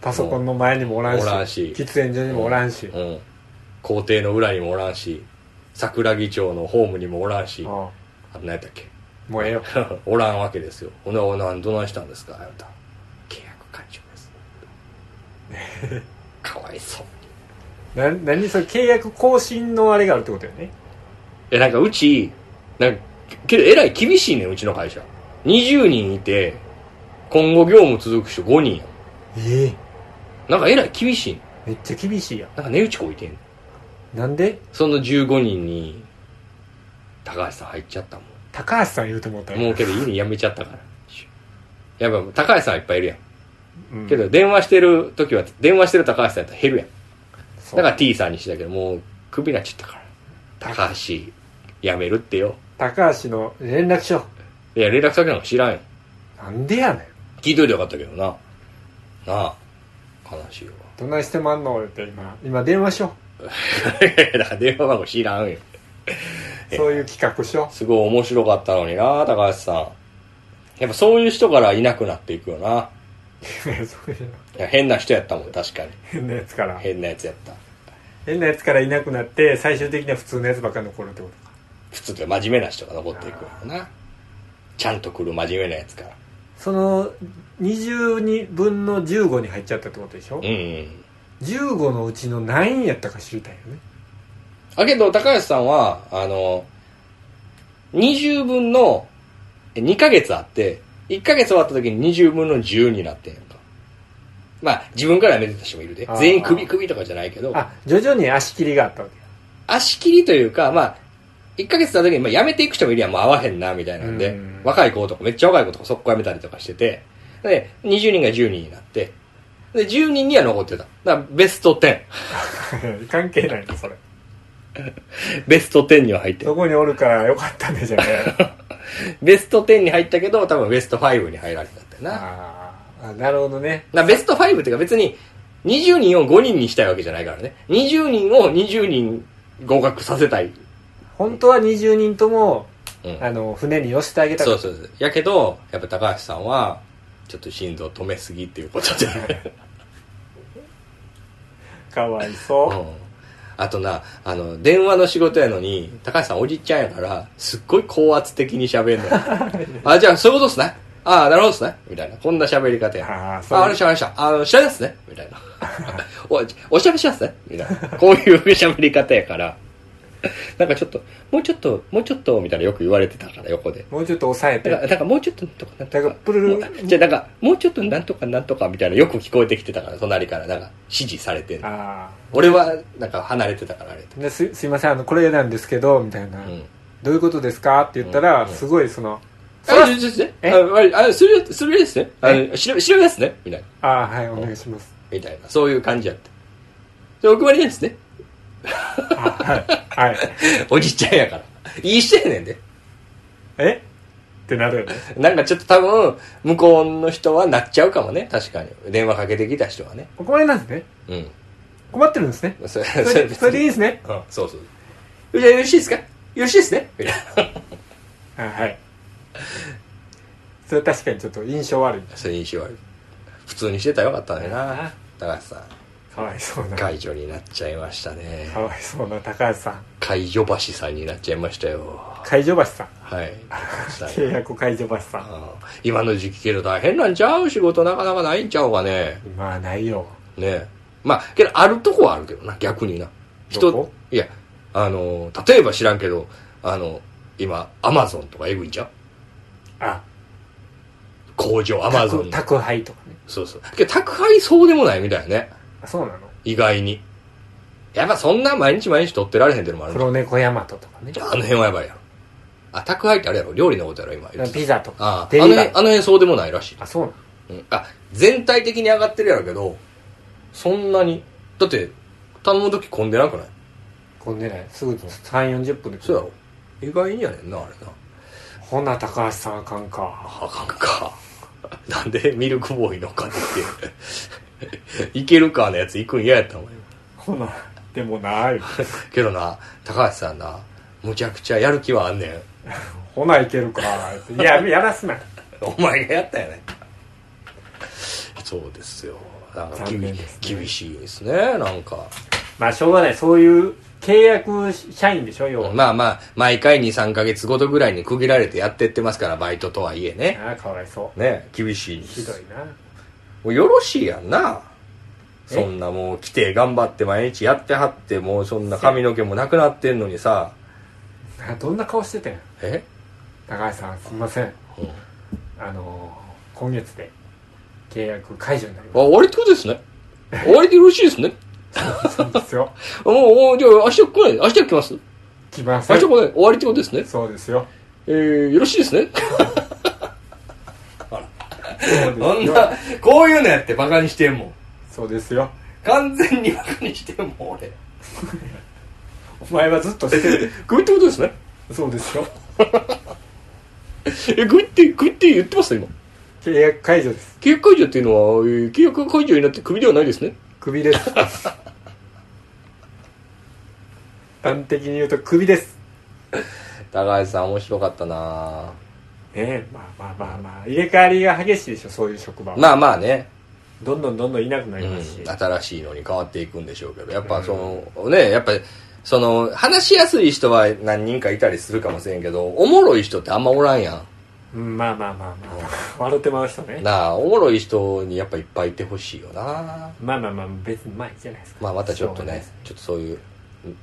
[SPEAKER 1] パソコンの前にもおらんし
[SPEAKER 2] おらんし
[SPEAKER 1] 喫煙所にもおらんし、
[SPEAKER 2] うん校庭の裏にもおらんし桜木町のホームにもおらんし
[SPEAKER 1] うん
[SPEAKER 2] あと何やったっけ
[SPEAKER 1] もうええよ
[SPEAKER 2] おらんわけですよほなおなどないしたんですかあなた契約解除ですかわいそう
[SPEAKER 1] な何それ契約更新のあれがあるってことよね
[SPEAKER 2] えなんかうちなんかけどえらい厳しいねんうちの会社20人いて今後業務続く人5人や
[SPEAKER 1] ええ
[SPEAKER 2] なんかえらい厳しいね
[SPEAKER 1] めっちゃ厳しいや
[SPEAKER 2] んなんか値打ちこいてんねん
[SPEAKER 1] んなんで
[SPEAKER 2] その15人に高橋さん入っちゃったもん
[SPEAKER 1] 高橋さん言うと思ったよ
[SPEAKER 2] もうけど家に辞めちゃったからやっぱ高橋さんはいっぱいいるやん
[SPEAKER 1] うん
[SPEAKER 2] けど電話してる時は電話してる高橋さんやったら減るやん
[SPEAKER 1] そう
[SPEAKER 2] だから T さんにしたけどもうクビになっちゃったから高橋辞めるってよ
[SPEAKER 1] 高橋の連絡書
[SPEAKER 2] いや連絡先なんか知らんよ
[SPEAKER 1] なんでやねん
[SPEAKER 2] 聞いといてよかったけどななあ悲しいわ
[SPEAKER 1] どないしてまんの言って今今電話しよ
[SPEAKER 2] だから電話番号知らんよ
[SPEAKER 1] うそういう 企画しよ
[SPEAKER 2] すごい面白かったのにな高橋さんやっぱそういう人からいなくなっていくよな
[SPEAKER 1] ういやそういう
[SPEAKER 2] いや変な人やったもん確かに
[SPEAKER 1] 変なやつから
[SPEAKER 2] 変なやつやった
[SPEAKER 1] 変なやつからいなくなって最終的には普通のやつばっかり残るってことか
[SPEAKER 2] 普通で真面目な人が残っていくよなちゃんと来る真面目なやつから
[SPEAKER 1] その22分の15に入っちゃったってことでしょ
[SPEAKER 2] うん、うん、
[SPEAKER 1] 15のうちの何位やったか知りたいよね
[SPEAKER 2] あけど高橋さんはあの20分の2ヶ月あって1ヶ月終わった時に20分の10になってんやんかまあ自分からやめてた人もいるで
[SPEAKER 1] あー
[SPEAKER 2] 全員首首とかじゃないけど
[SPEAKER 1] あ徐々に足切りがあったわけ
[SPEAKER 2] 足切りというかまあ1ヶ月経った時にまあ辞めていく人もいるやんもう会わへんなみたいなんで、
[SPEAKER 1] うん
[SPEAKER 2] 若い子とかめっちゃ若い子とかそこ辞めたりとかしててで20人が10人になってで10人には残ってただからベスト10
[SPEAKER 1] や 関係ないのそれ
[SPEAKER 2] ベスト10には入ってる
[SPEAKER 1] どこにおるからよかったねじゃね え
[SPEAKER 2] ベスト10に入ったけど多分ベスト5に入られたんだよなだか
[SPEAKER 1] あーあなるほどね
[SPEAKER 2] らベスト5っていうか別に20人を5人にしたいわけじゃないからね20人を20人合格させたい、
[SPEAKER 1] 本当は20人とも
[SPEAKER 2] うん、
[SPEAKER 1] あの船に寄せてあげたか
[SPEAKER 2] そ
[SPEAKER 1] っ
[SPEAKER 2] うそうそうやけどやっぱ高橋さんはちょっと心臓止めすぎっていうことで、
[SPEAKER 1] たかわいうそ
[SPEAKER 2] ん、あとなあの電話の仕事やのに高橋さんおじっちゃんやからすっごい高圧的に 喋んのよあじゃあそういうことっすねああなるほどっすねみたいなこんな喋り方
[SPEAKER 1] う
[SPEAKER 2] や
[SPEAKER 1] ああそ
[SPEAKER 2] あ、あれ
[SPEAKER 1] れ
[SPEAKER 2] しゃべりました。あの、知らないっすね。み たいな。お、おしゃべりしますね。みたいな。こういう喋り方やから。なんかちょっと、もうちょっと、もうちょっと、みたいなよく言われてたから、横で。
[SPEAKER 1] もうちょっと抑え
[SPEAKER 2] なん
[SPEAKER 1] て
[SPEAKER 2] か、なんかもうちょっとなんとかなんと
[SPEAKER 1] な
[SPEAKER 2] か。
[SPEAKER 1] んかプルル
[SPEAKER 2] もうじゃあなんか、もうちょっとなんとかなんとかみたいなよく聞こえてきてたから、隣から。なんか、指示されてんの
[SPEAKER 1] あ
[SPEAKER 2] 俺は、なんか離れてたから、あれやった
[SPEAKER 1] あですすいませんあのこれなんですけどみたいな、
[SPEAKER 2] うん。
[SPEAKER 1] どういうことですかって言ったら、
[SPEAKER 2] うんうん
[SPEAKER 1] すごいその
[SPEAKER 2] あ、ちょちょちょ
[SPEAKER 1] え
[SPEAKER 2] ああ、あそれ、それですね。あの、調べ、調べですね。みたいな。
[SPEAKER 1] ああはいお願いします
[SPEAKER 2] みたいな。そういう感じやった。で、お配りですね。
[SPEAKER 1] あはいはい
[SPEAKER 2] おじちゃんやから。いい人やねんで。
[SPEAKER 1] えってなるよね
[SPEAKER 2] なんかちょっと多分、向こうの人はなっちゃうかもね。確かに。電話かけてきた人はね。
[SPEAKER 1] お困りなんですね
[SPEAKER 2] うん。
[SPEAKER 1] 困ってるんですね
[SPEAKER 2] それ、
[SPEAKER 1] そ
[SPEAKER 2] それ
[SPEAKER 1] れ
[SPEAKER 2] 別
[SPEAKER 1] それでいい
[SPEAKER 2] に。
[SPEAKER 1] ですね
[SPEAKER 2] うん、そうそう。じゃあよろしいですかよろしいですねみたいな。
[SPEAKER 1] あはいそれ確かにちょっと印象悪い
[SPEAKER 2] それ印象悪い。普通にしてたらよかったのにな。高橋さん、
[SPEAKER 1] かわいそうな
[SPEAKER 2] 解除になっちゃいましたね。
[SPEAKER 1] かわいそうな高橋さん
[SPEAKER 2] 解除橋さんになっちゃいましたよ。
[SPEAKER 1] 解除橋さん
[SPEAKER 2] はい。
[SPEAKER 1] 契約解除橋さん
[SPEAKER 2] うん今の時期けど大変なんちゃう仕事なかなかないんちゃうかね。
[SPEAKER 1] まあないよ
[SPEAKER 2] ねえまあけどあるとこはあるけどな逆にな
[SPEAKER 1] どこ
[SPEAKER 2] いやあの例えば知らんけどあの今アマゾンとかエグいんじゃん
[SPEAKER 1] あ
[SPEAKER 2] 工場アマゾ
[SPEAKER 1] 宅
[SPEAKER 2] ン
[SPEAKER 1] 宅配とかね
[SPEAKER 2] そうそうけど宅配そうでもないみたいね
[SPEAKER 1] あそうなの
[SPEAKER 2] 意外にやっぱそんな毎日毎日取ってられへんってのもある
[SPEAKER 1] 黒猫ヤマトとかね
[SPEAKER 2] じゃああの辺はやばいやろあ宅配ってあれやろ料理のことやろ今言ってた
[SPEAKER 1] ピザと
[SPEAKER 2] あ
[SPEAKER 1] か
[SPEAKER 2] ああ
[SPEAKER 1] デ
[SPEAKER 2] の
[SPEAKER 1] リ
[SPEAKER 2] 辺
[SPEAKER 1] バリー
[SPEAKER 2] あの辺そうでもないらしい
[SPEAKER 1] あそうなの
[SPEAKER 2] うんあ全体的に上がってるやろうけどそんなにだって頼む時混んでなくない
[SPEAKER 1] 混んでないすぐ3 4 0分で来る
[SPEAKER 2] そうやろ意外にやねんなあれな
[SPEAKER 1] ほな高橋さんあかんか
[SPEAKER 2] あかんか。 なんでミルクボーイのかって。 いけるかのやつ行くん嫌やったもん。
[SPEAKER 1] ほなでもない
[SPEAKER 2] けどな、高橋さんな、むちゃくちゃやる気はあんねん。
[SPEAKER 1] ほないけるかっていややらすな
[SPEAKER 2] お前がやったよねそうですよなんか
[SPEAKER 1] 残
[SPEAKER 2] 厳,、
[SPEAKER 1] 念ですね
[SPEAKER 2] 厳しいですねなんか
[SPEAKER 1] まあしょうがないそういう契約社員でしょ要は、
[SPEAKER 2] まあまあ毎回23か月ごとぐらいに区切られてやってってますからバイトとはいえね
[SPEAKER 1] ああかわいそう
[SPEAKER 2] ね厳しいで
[SPEAKER 1] ひど
[SPEAKER 2] す
[SPEAKER 1] いな
[SPEAKER 2] もうよろしいやんな
[SPEAKER 1] え
[SPEAKER 2] そんなもう来て頑張って毎日やってはってもうそんな髪の毛もなくなってんのにさ
[SPEAKER 1] あどんな顔してたんや
[SPEAKER 2] え
[SPEAKER 1] 高橋さんすみませんあのー今月で契約解除になり
[SPEAKER 2] あ
[SPEAKER 1] ま
[SPEAKER 2] 終わりってこと ですね終わりでよろしいですね
[SPEAKER 1] すそうですよ
[SPEAKER 2] あもうもうじゃあ明日来ない明日来ます
[SPEAKER 1] 来ませ
[SPEAKER 2] 明
[SPEAKER 1] ん
[SPEAKER 2] 日来ない終わりってことですね
[SPEAKER 1] そうですよ
[SPEAKER 2] えー、よろしいですね
[SPEAKER 1] そう
[SPEAKER 2] そ
[SPEAKER 1] です
[SPEAKER 2] ん
[SPEAKER 1] よ
[SPEAKER 2] なこういうのやってバカにしてんもん
[SPEAKER 1] そうですよ
[SPEAKER 2] 完全にバカにしてんもん 俺
[SPEAKER 1] お前はずっとしてる
[SPEAKER 2] グイってことですね
[SPEAKER 1] そうですよ
[SPEAKER 2] えグイってグイって言ってました今
[SPEAKER 1] 契約解除です
[SPEAKER 2] 契約解除っていうのは、えー契約解除になってクビではないですね
[SPEAKER 1] クビです 端的に言うとクビです
[SPEAKER 2] 高橋さん面白かったな
[SPEAKER 1] ねえまあまあまあまあ入れ替わりが激しいでしょそういう職場は、
[SPEAKER 2] まあまあね、
[SPEAKER 1] どんどんどんどんいなくなりますし、
[SPEAKER 2] うん新しいのに変わっていくんでしょうけどやっぱその、ねやっぱその話しやすい人は何人かいたりするかもしれんけどおもろい人ってあんまおらんやん
[SPEAKER 1] うん、まあまあまあまあ笑ってまう人ね
[SPEAKER 2] なあおもろい人にやっぱいっぱいいてほしいよな
[SPEAKER 1] まあまあまあ別にまあいいじゃないですか
[SPEAKER 2] まあまたちょっとね
[SPEAKER 1] し
[SPEAKER 2] ちょっとそういう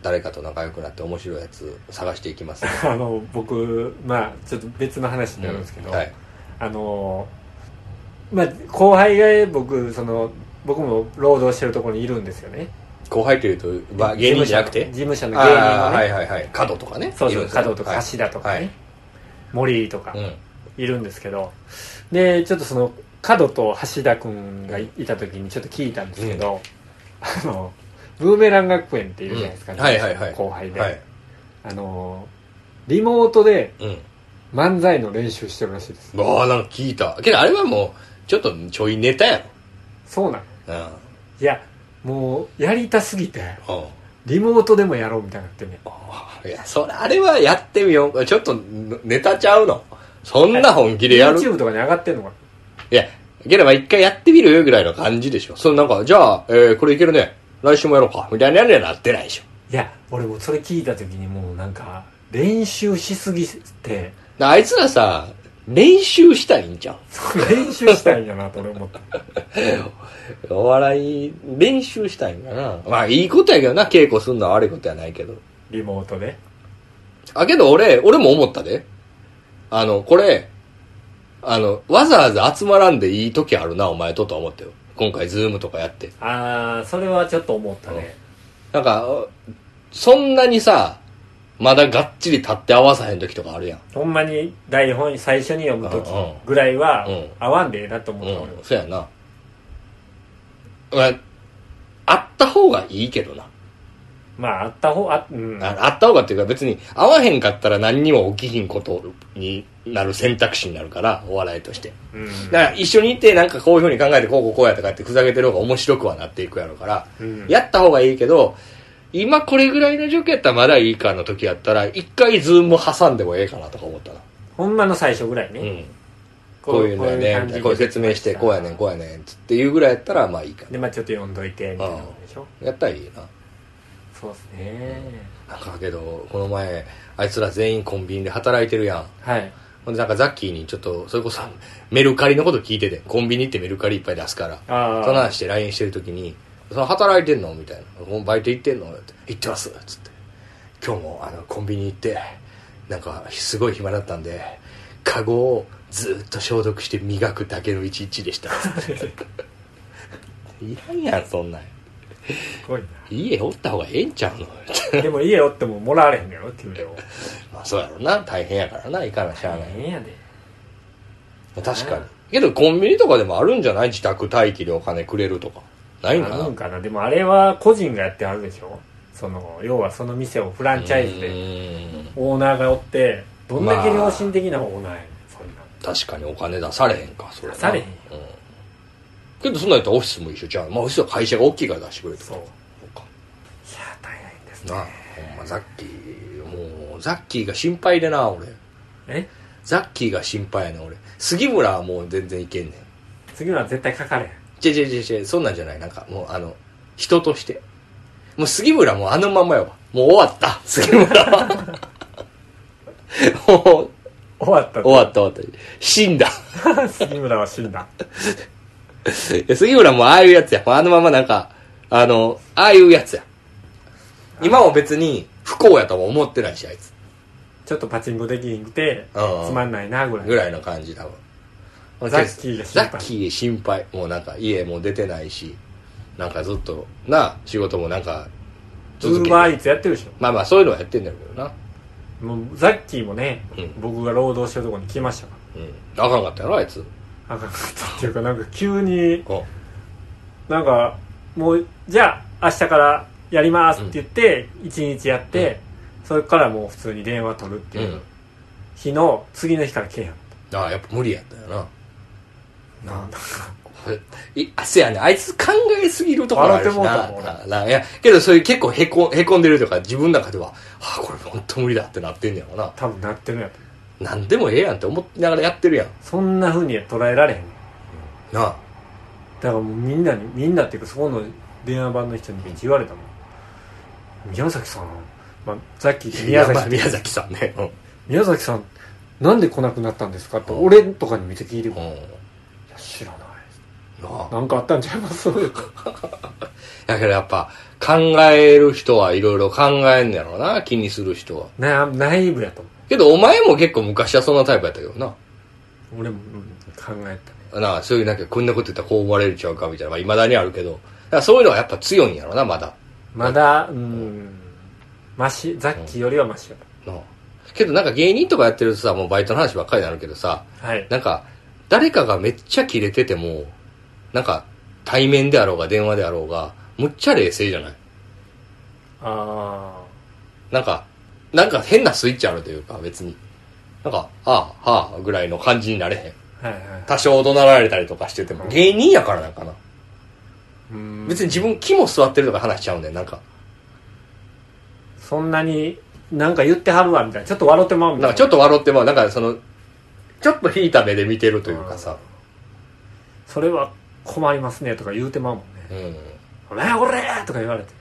[SPEAKER 2] 誰かと仲良くなって面白いやつ探していきます、
[SPEAKER 1] ょうがないですあの僕まあちょっと別の話になるんですけど、
[SPEAKER 2] はい
[SPEAKER 1] あのまあ後輩が僕その僕も労働してるところにいるんですよね
[SPEAKER 2] 後輩というと、まあ、芸人じゃなくて
[SPEAKER 1] 事務所の
[SPEAKER 2] あ
[SPEAKER 1] 芸人の
[SPEAKER 2] あ
[SPEAKER 1] ね、
[SPEAKER 2] はいはいはい角とかね
[SPEAKER 1] そう
[SPEAKER 2] い
[SPEAKER 1] そう
[SPEAKER 2] るんですね
[SPEAKER 1] 加藤とか
[SPEAKER 2] はい
[SPEAKER 1] 橋田とかね、
[SPEAKER 2] はい
[SPEAKER 1] 森とか
[SPEAKER 2] うん
[SPEAKER 1] いるんですけど、でちょっとその角と橋田君がいた時にちょっと聞いたんですけど、あのブーメラン学園っていうじゃないですか、
[SPEAKER 2] うんはいはいはい
[SPEAKER 1] 後輩で、
[SPEAKER 2] はい
[SPEAKER 1] あのリモートで
[SPEAKER 2] うん
[SPEAKER 1] 漫才の練習してるらしいです
[SPEAKER 2] ああなんか聞いたけどあれはもうちょっとちょいネタや
[SPEAKER 1] そうなの
[SPEAKER 2] ろうん
[SPEAKER 1] いやもうやりたすぎて
[SPEAKER 2] うん
[SPEAKER 1] リモートでもやろうみたいになってね
[SPEAKER 2] いやそれあれはやってみようちょっとネタちゃうのそんな本気でやる、い、
[SPEAKER 1] YouTube とかに上がってんのかな
[SPEAKER 2] やけどまあ一回やってみるよぐらいの感じでしょそのなんかじゃあ、えーこれいけるね来週もやろうかみたいなやつにはなってないでしょ
[SPEAKER 1] いや俺もうそれ聞いた時にもうなんか練習しすぎて
[SPEAKER 2] なあいつらさ練習したいんじゃん
[SPEAKER 1] 練習したいんやなと俺思って
[SPEAKER 2] お笑い練習したいんかなまあいいことやけどな稽古するのは悪いことやないけど
[SPEAKER 1] リモートで
[SPEAKER 2] あ、けど俺、俺も思ったで。あの、これ、あの、わざわざ集まらんでいい時あるな、お前ととは思ったよ。今回、ズームとかやって。
[SPEAKER 1] ああそれはちょっと思ったね
[SPEAKER 2] なんか、そんなにさ、まだがっちり立って合わさへん時とかあるやん。
[SPEAKER 1] ほんまに台本最初に読む時
[SPEAKER 2] うんうん
[SPEAKER 1] ぐらいは
[SPEAKER 2] うん
[SPEAKER 1] 合わんでええなと思
[SPEAKER 2] う
[SPEAKER 1] った俺
[SPEAKER 2] ん
[SPEAKER 1] は、
[SPEAKER 2] そうやな。まあ、あった方がいいけどな。
[SPEAKER 1] まああった方あうん
[SPEAKER 2] ああった方がっていうか別に合わへんかったら何にも起きひんことになる選択肢になるから、お笑いとして。
[SPEAKER 1] うん
[SPEAKER 2] だから一緒にいてなんかこういうふうに考えてこうこうこうやとかってふざけてる方が面白くはなっていくやろうから、
[SPEAKER 1] うん
[SPEAKER 2] やった方がいいけど今これぐらいの状況やったらまだいいかの時やったら一回ズーム挟んでもええかなとか思ったな、
[SPEAKER 1] ほんまの最初ぐらいね、
[SPEAKER 2] うん、こういうのやね
[SPEAKER 1] 感じ
[SPEAKER 2] み
[SPEAKER 1] で
[SPEAKER 2] たいなこういう説明してこうやねんこうやねんっつっていうぐらいやったらまあいいかな
[SPEAKER 1] でまあちょっと読んどいてみたいなのでしょ
[SPEAKER 2] やったらいいな
[SPEAKER 1] そうですね
[SPEAKER 2] なんかけどこの前あいつら全員コンビニで働いてるやん
[SPEAKER 1] はい
[SPEAKER 2] ほんでなんかザッキーにちょっとそれこそメルカリのこと聞いててコンビニってメルカリいっぱい出すから
[SPEAKER 1] あー
[SPEAKER 2] そんなんして LINE してる時に「その働いてんの?」みたいな「もうバイト行ってんの?」って「行ってます」つって「今日もあのコンビニ行ってなんかすごい暇だったんでカゴをずっと消毒して磨くだけの一日でした」 つっていらんやんそんなん
[SPEAKER 1] すごい
[SPEAKER 2] 家おった方がええんちゃうの
[SPEAKER 1] なでも家おってももらわれへんのやろ給料
[SPEAKER 2] まあそうやろな大変やからないかなしゃあない
[SPEAKER 1] 変やで
[SPEAKER 2] 確かにけどコンビニとかでもあるんじゃない自宅待機でお金くれるとかないんか
[SPEAKER 1] あ
[SPEAKER 2] な
[SPEAKER 1] るんかなでもあれは個人がやってあるでしょその要はその店をフランチャイズ
[SPEAKER 2] う
[SPEAKER 1] で
[SPEAKER 2] ーん
[SPEAKER 1] オーナーがおってどんだけ良心的なオーナーやねんそんな
[SPEAKER 2] 確かにお金出されへんかそれな
[SPEAKER 1] 出されへんよ
[SPEAKER 2] うん、けどそんなんやったらオフィスも一緒じゃん、まあ、オフィスは会社が大きいから出してくれると
[SPEAKER 1] そうい
[SPEAKER 2] か
[SPEAKER 1] や大変ですね
[SPEAKER 2] なあほんまザッキーもうザッキーが心配でな俺
[SPEAKER 1] え
[SPEAKER 2] ザッキーが心配やな俺杉村はもう全然いけんねん
[SPEAKER 1] 次のは絶対書かれへん
[SPEAKER 2] 違う違う違う違うそんなんじゃないなんかもうあの人としてもう杉村もうあのままよもう終わった 杉村はもう
[SPEAKER 1] 終わった
[SPEAKER 2] 終わった終わった死んだ
[SPEAKER 1] 杉村は死んだ
[SPEAKER 2] いや杉村もああいうやつやもうあのままなんかあのああいうやつや今も別に不幸やとも思ってないしあいつ
[SPEAKER 1] ちょっとパチンコできんくて
[SPEAKER 2] うん
[SPEAKER 1] つまんないなぐらい
[SPEAKER 2] ぐらいの感じ多分
[SPEAKER 1] ザッキーが心配
[SPEAKER 2] ザッキー心配もうなんか家も出てないしなんかずっとな仕事もなんか
[SPEAKER 1] ウ
[SPEAKER 2] 続
[SPEAKER 1] ー
[SPEAKER 2] け
[SPEAKER 1] バー
[SPEAKER 2] て
[SPEAKER 1] イーツやってるでし
[SPEAKER 2] まあまあそういうのはやってんだろうけどな
[SPEAKER 1] ょもうザッキーもね、
[SPEAKER 2] うん
[SPEAKER 1] 僕が労働してるとこに来ましたか
[SPEAKER 2] うんあかんかったやろあいつ
[SPEAKER 1] らあかんかったっていうかなんか急に
[SPEAKER 2] うん
[SPEAKER 1] なんかもうじゃあ明日からやりますって言って1日やって、それからもう普通に電話取るって
[SPEAKER 2] う
[SPEAKER 1] いうん日の次の日から来えへん
[SPEAKER 2] ああやっぱ無理やったよな
[SPEAKER 1] なんだ
[SPEAKER 2] いあせやねあいつ考えすぎるところあるし
[SPEAKER 1] 笑
[SPEAKER 2] な
[SPEAKER 1] ってもうたもん
[SPEAKER 2] なないやけどそういう結構へこへこんでるとか自分の中ではあこれ本当無理だってなってんねやろな
[SPEAKER 1] 多分なってるんやと思う
[SPEAKER 2] 何でもええやんって思いながらやってるやん
[SPEAKER 1] そんな風には捉えられへん
[SPEAKER 2] なあ
[SPEAKER 1] だからもうみんなにみんなっていうかそこの電話番の人にめっちゃ言われたもん宮崎さん、まあ、さっき言って宮崎
[SPEAKER 2] いや
[SPEAKER 1] さ
[SPEAKER 2] まあ
[SPEAKER 1] ん
[SPEAKER 2] 宮崎さんねうん
[SPEAKER 1] 宮崎さんなんで来なくなったんですかって
[SPEAKER 2] うん
[SPEAKER 1] 俺とかに見て聞いてくる、
[SPEAKER 2] う
[SPEAKER 1] い
[SPEAKER 2] ん
[SPEAKER 1] や知らない
[SPEAKER 2] なあ
[SPEAKER 1] なんかあったんちゃいます
[SPEAKER 2] だけどやっぱ考える人はいろいろ考えんねやろな気にする人は
[SPEAKER 1] な内部やと思
[SPEAKER 2] けどお前も結構昔はそんなタイプやったけどな
[SPEAKER 1] う俺も、うん考えたね
[SPEAKER 2] なあそういうなんかこんなこと言ったらこう思われるちゃうかみたいなまあ未だにあるけどだからそういうのはやっぱ強いんやろなまだ
[SPEAKER 1] まだうんマシザッキーよりはマシやと
[SPEAKER 2] なあけどなんか芸人とかやってるとさもうバイトの話ばっかりになるけどさ
[SPEAKER 1] はい
[SPEAKER 2] なんか誰かがめっちゃキレててもなんか対面であろうが電話であろうがむっちゃ冷静じゃない
[SPEAKER 1] あ
[SPEAKER 2] なんか、なんか変なスイッチあるというか、別に。なんか、ああ、はあ、ぐらいの感じになれへん。
[SPEAKER 1] あはいはい
[SPEAKER 2] 多少怒鳴られたりとかしてても。芸人やからなんかな。
[SPEAKER 1] うん
[SPEAKER 2] 別に自分、木も座ってるとか話しちゃうんだよ、なんか。
[SPEAKER 1] そんなになんか言ってはるわみたいなちょっと笑ってまうみた
[SPEAKER 2] ないん
[SPEAKER 1] な
[SPEAKER 2] かちょっと笑っても、なんかその、ちょっと引いた目で見てるというかさ。
[SPEAKER 1] それは困りますねとか言うてまうもんね
[SPEAKER 2] うん。
[SPEAKER 1] 「おらおら!」とか言われて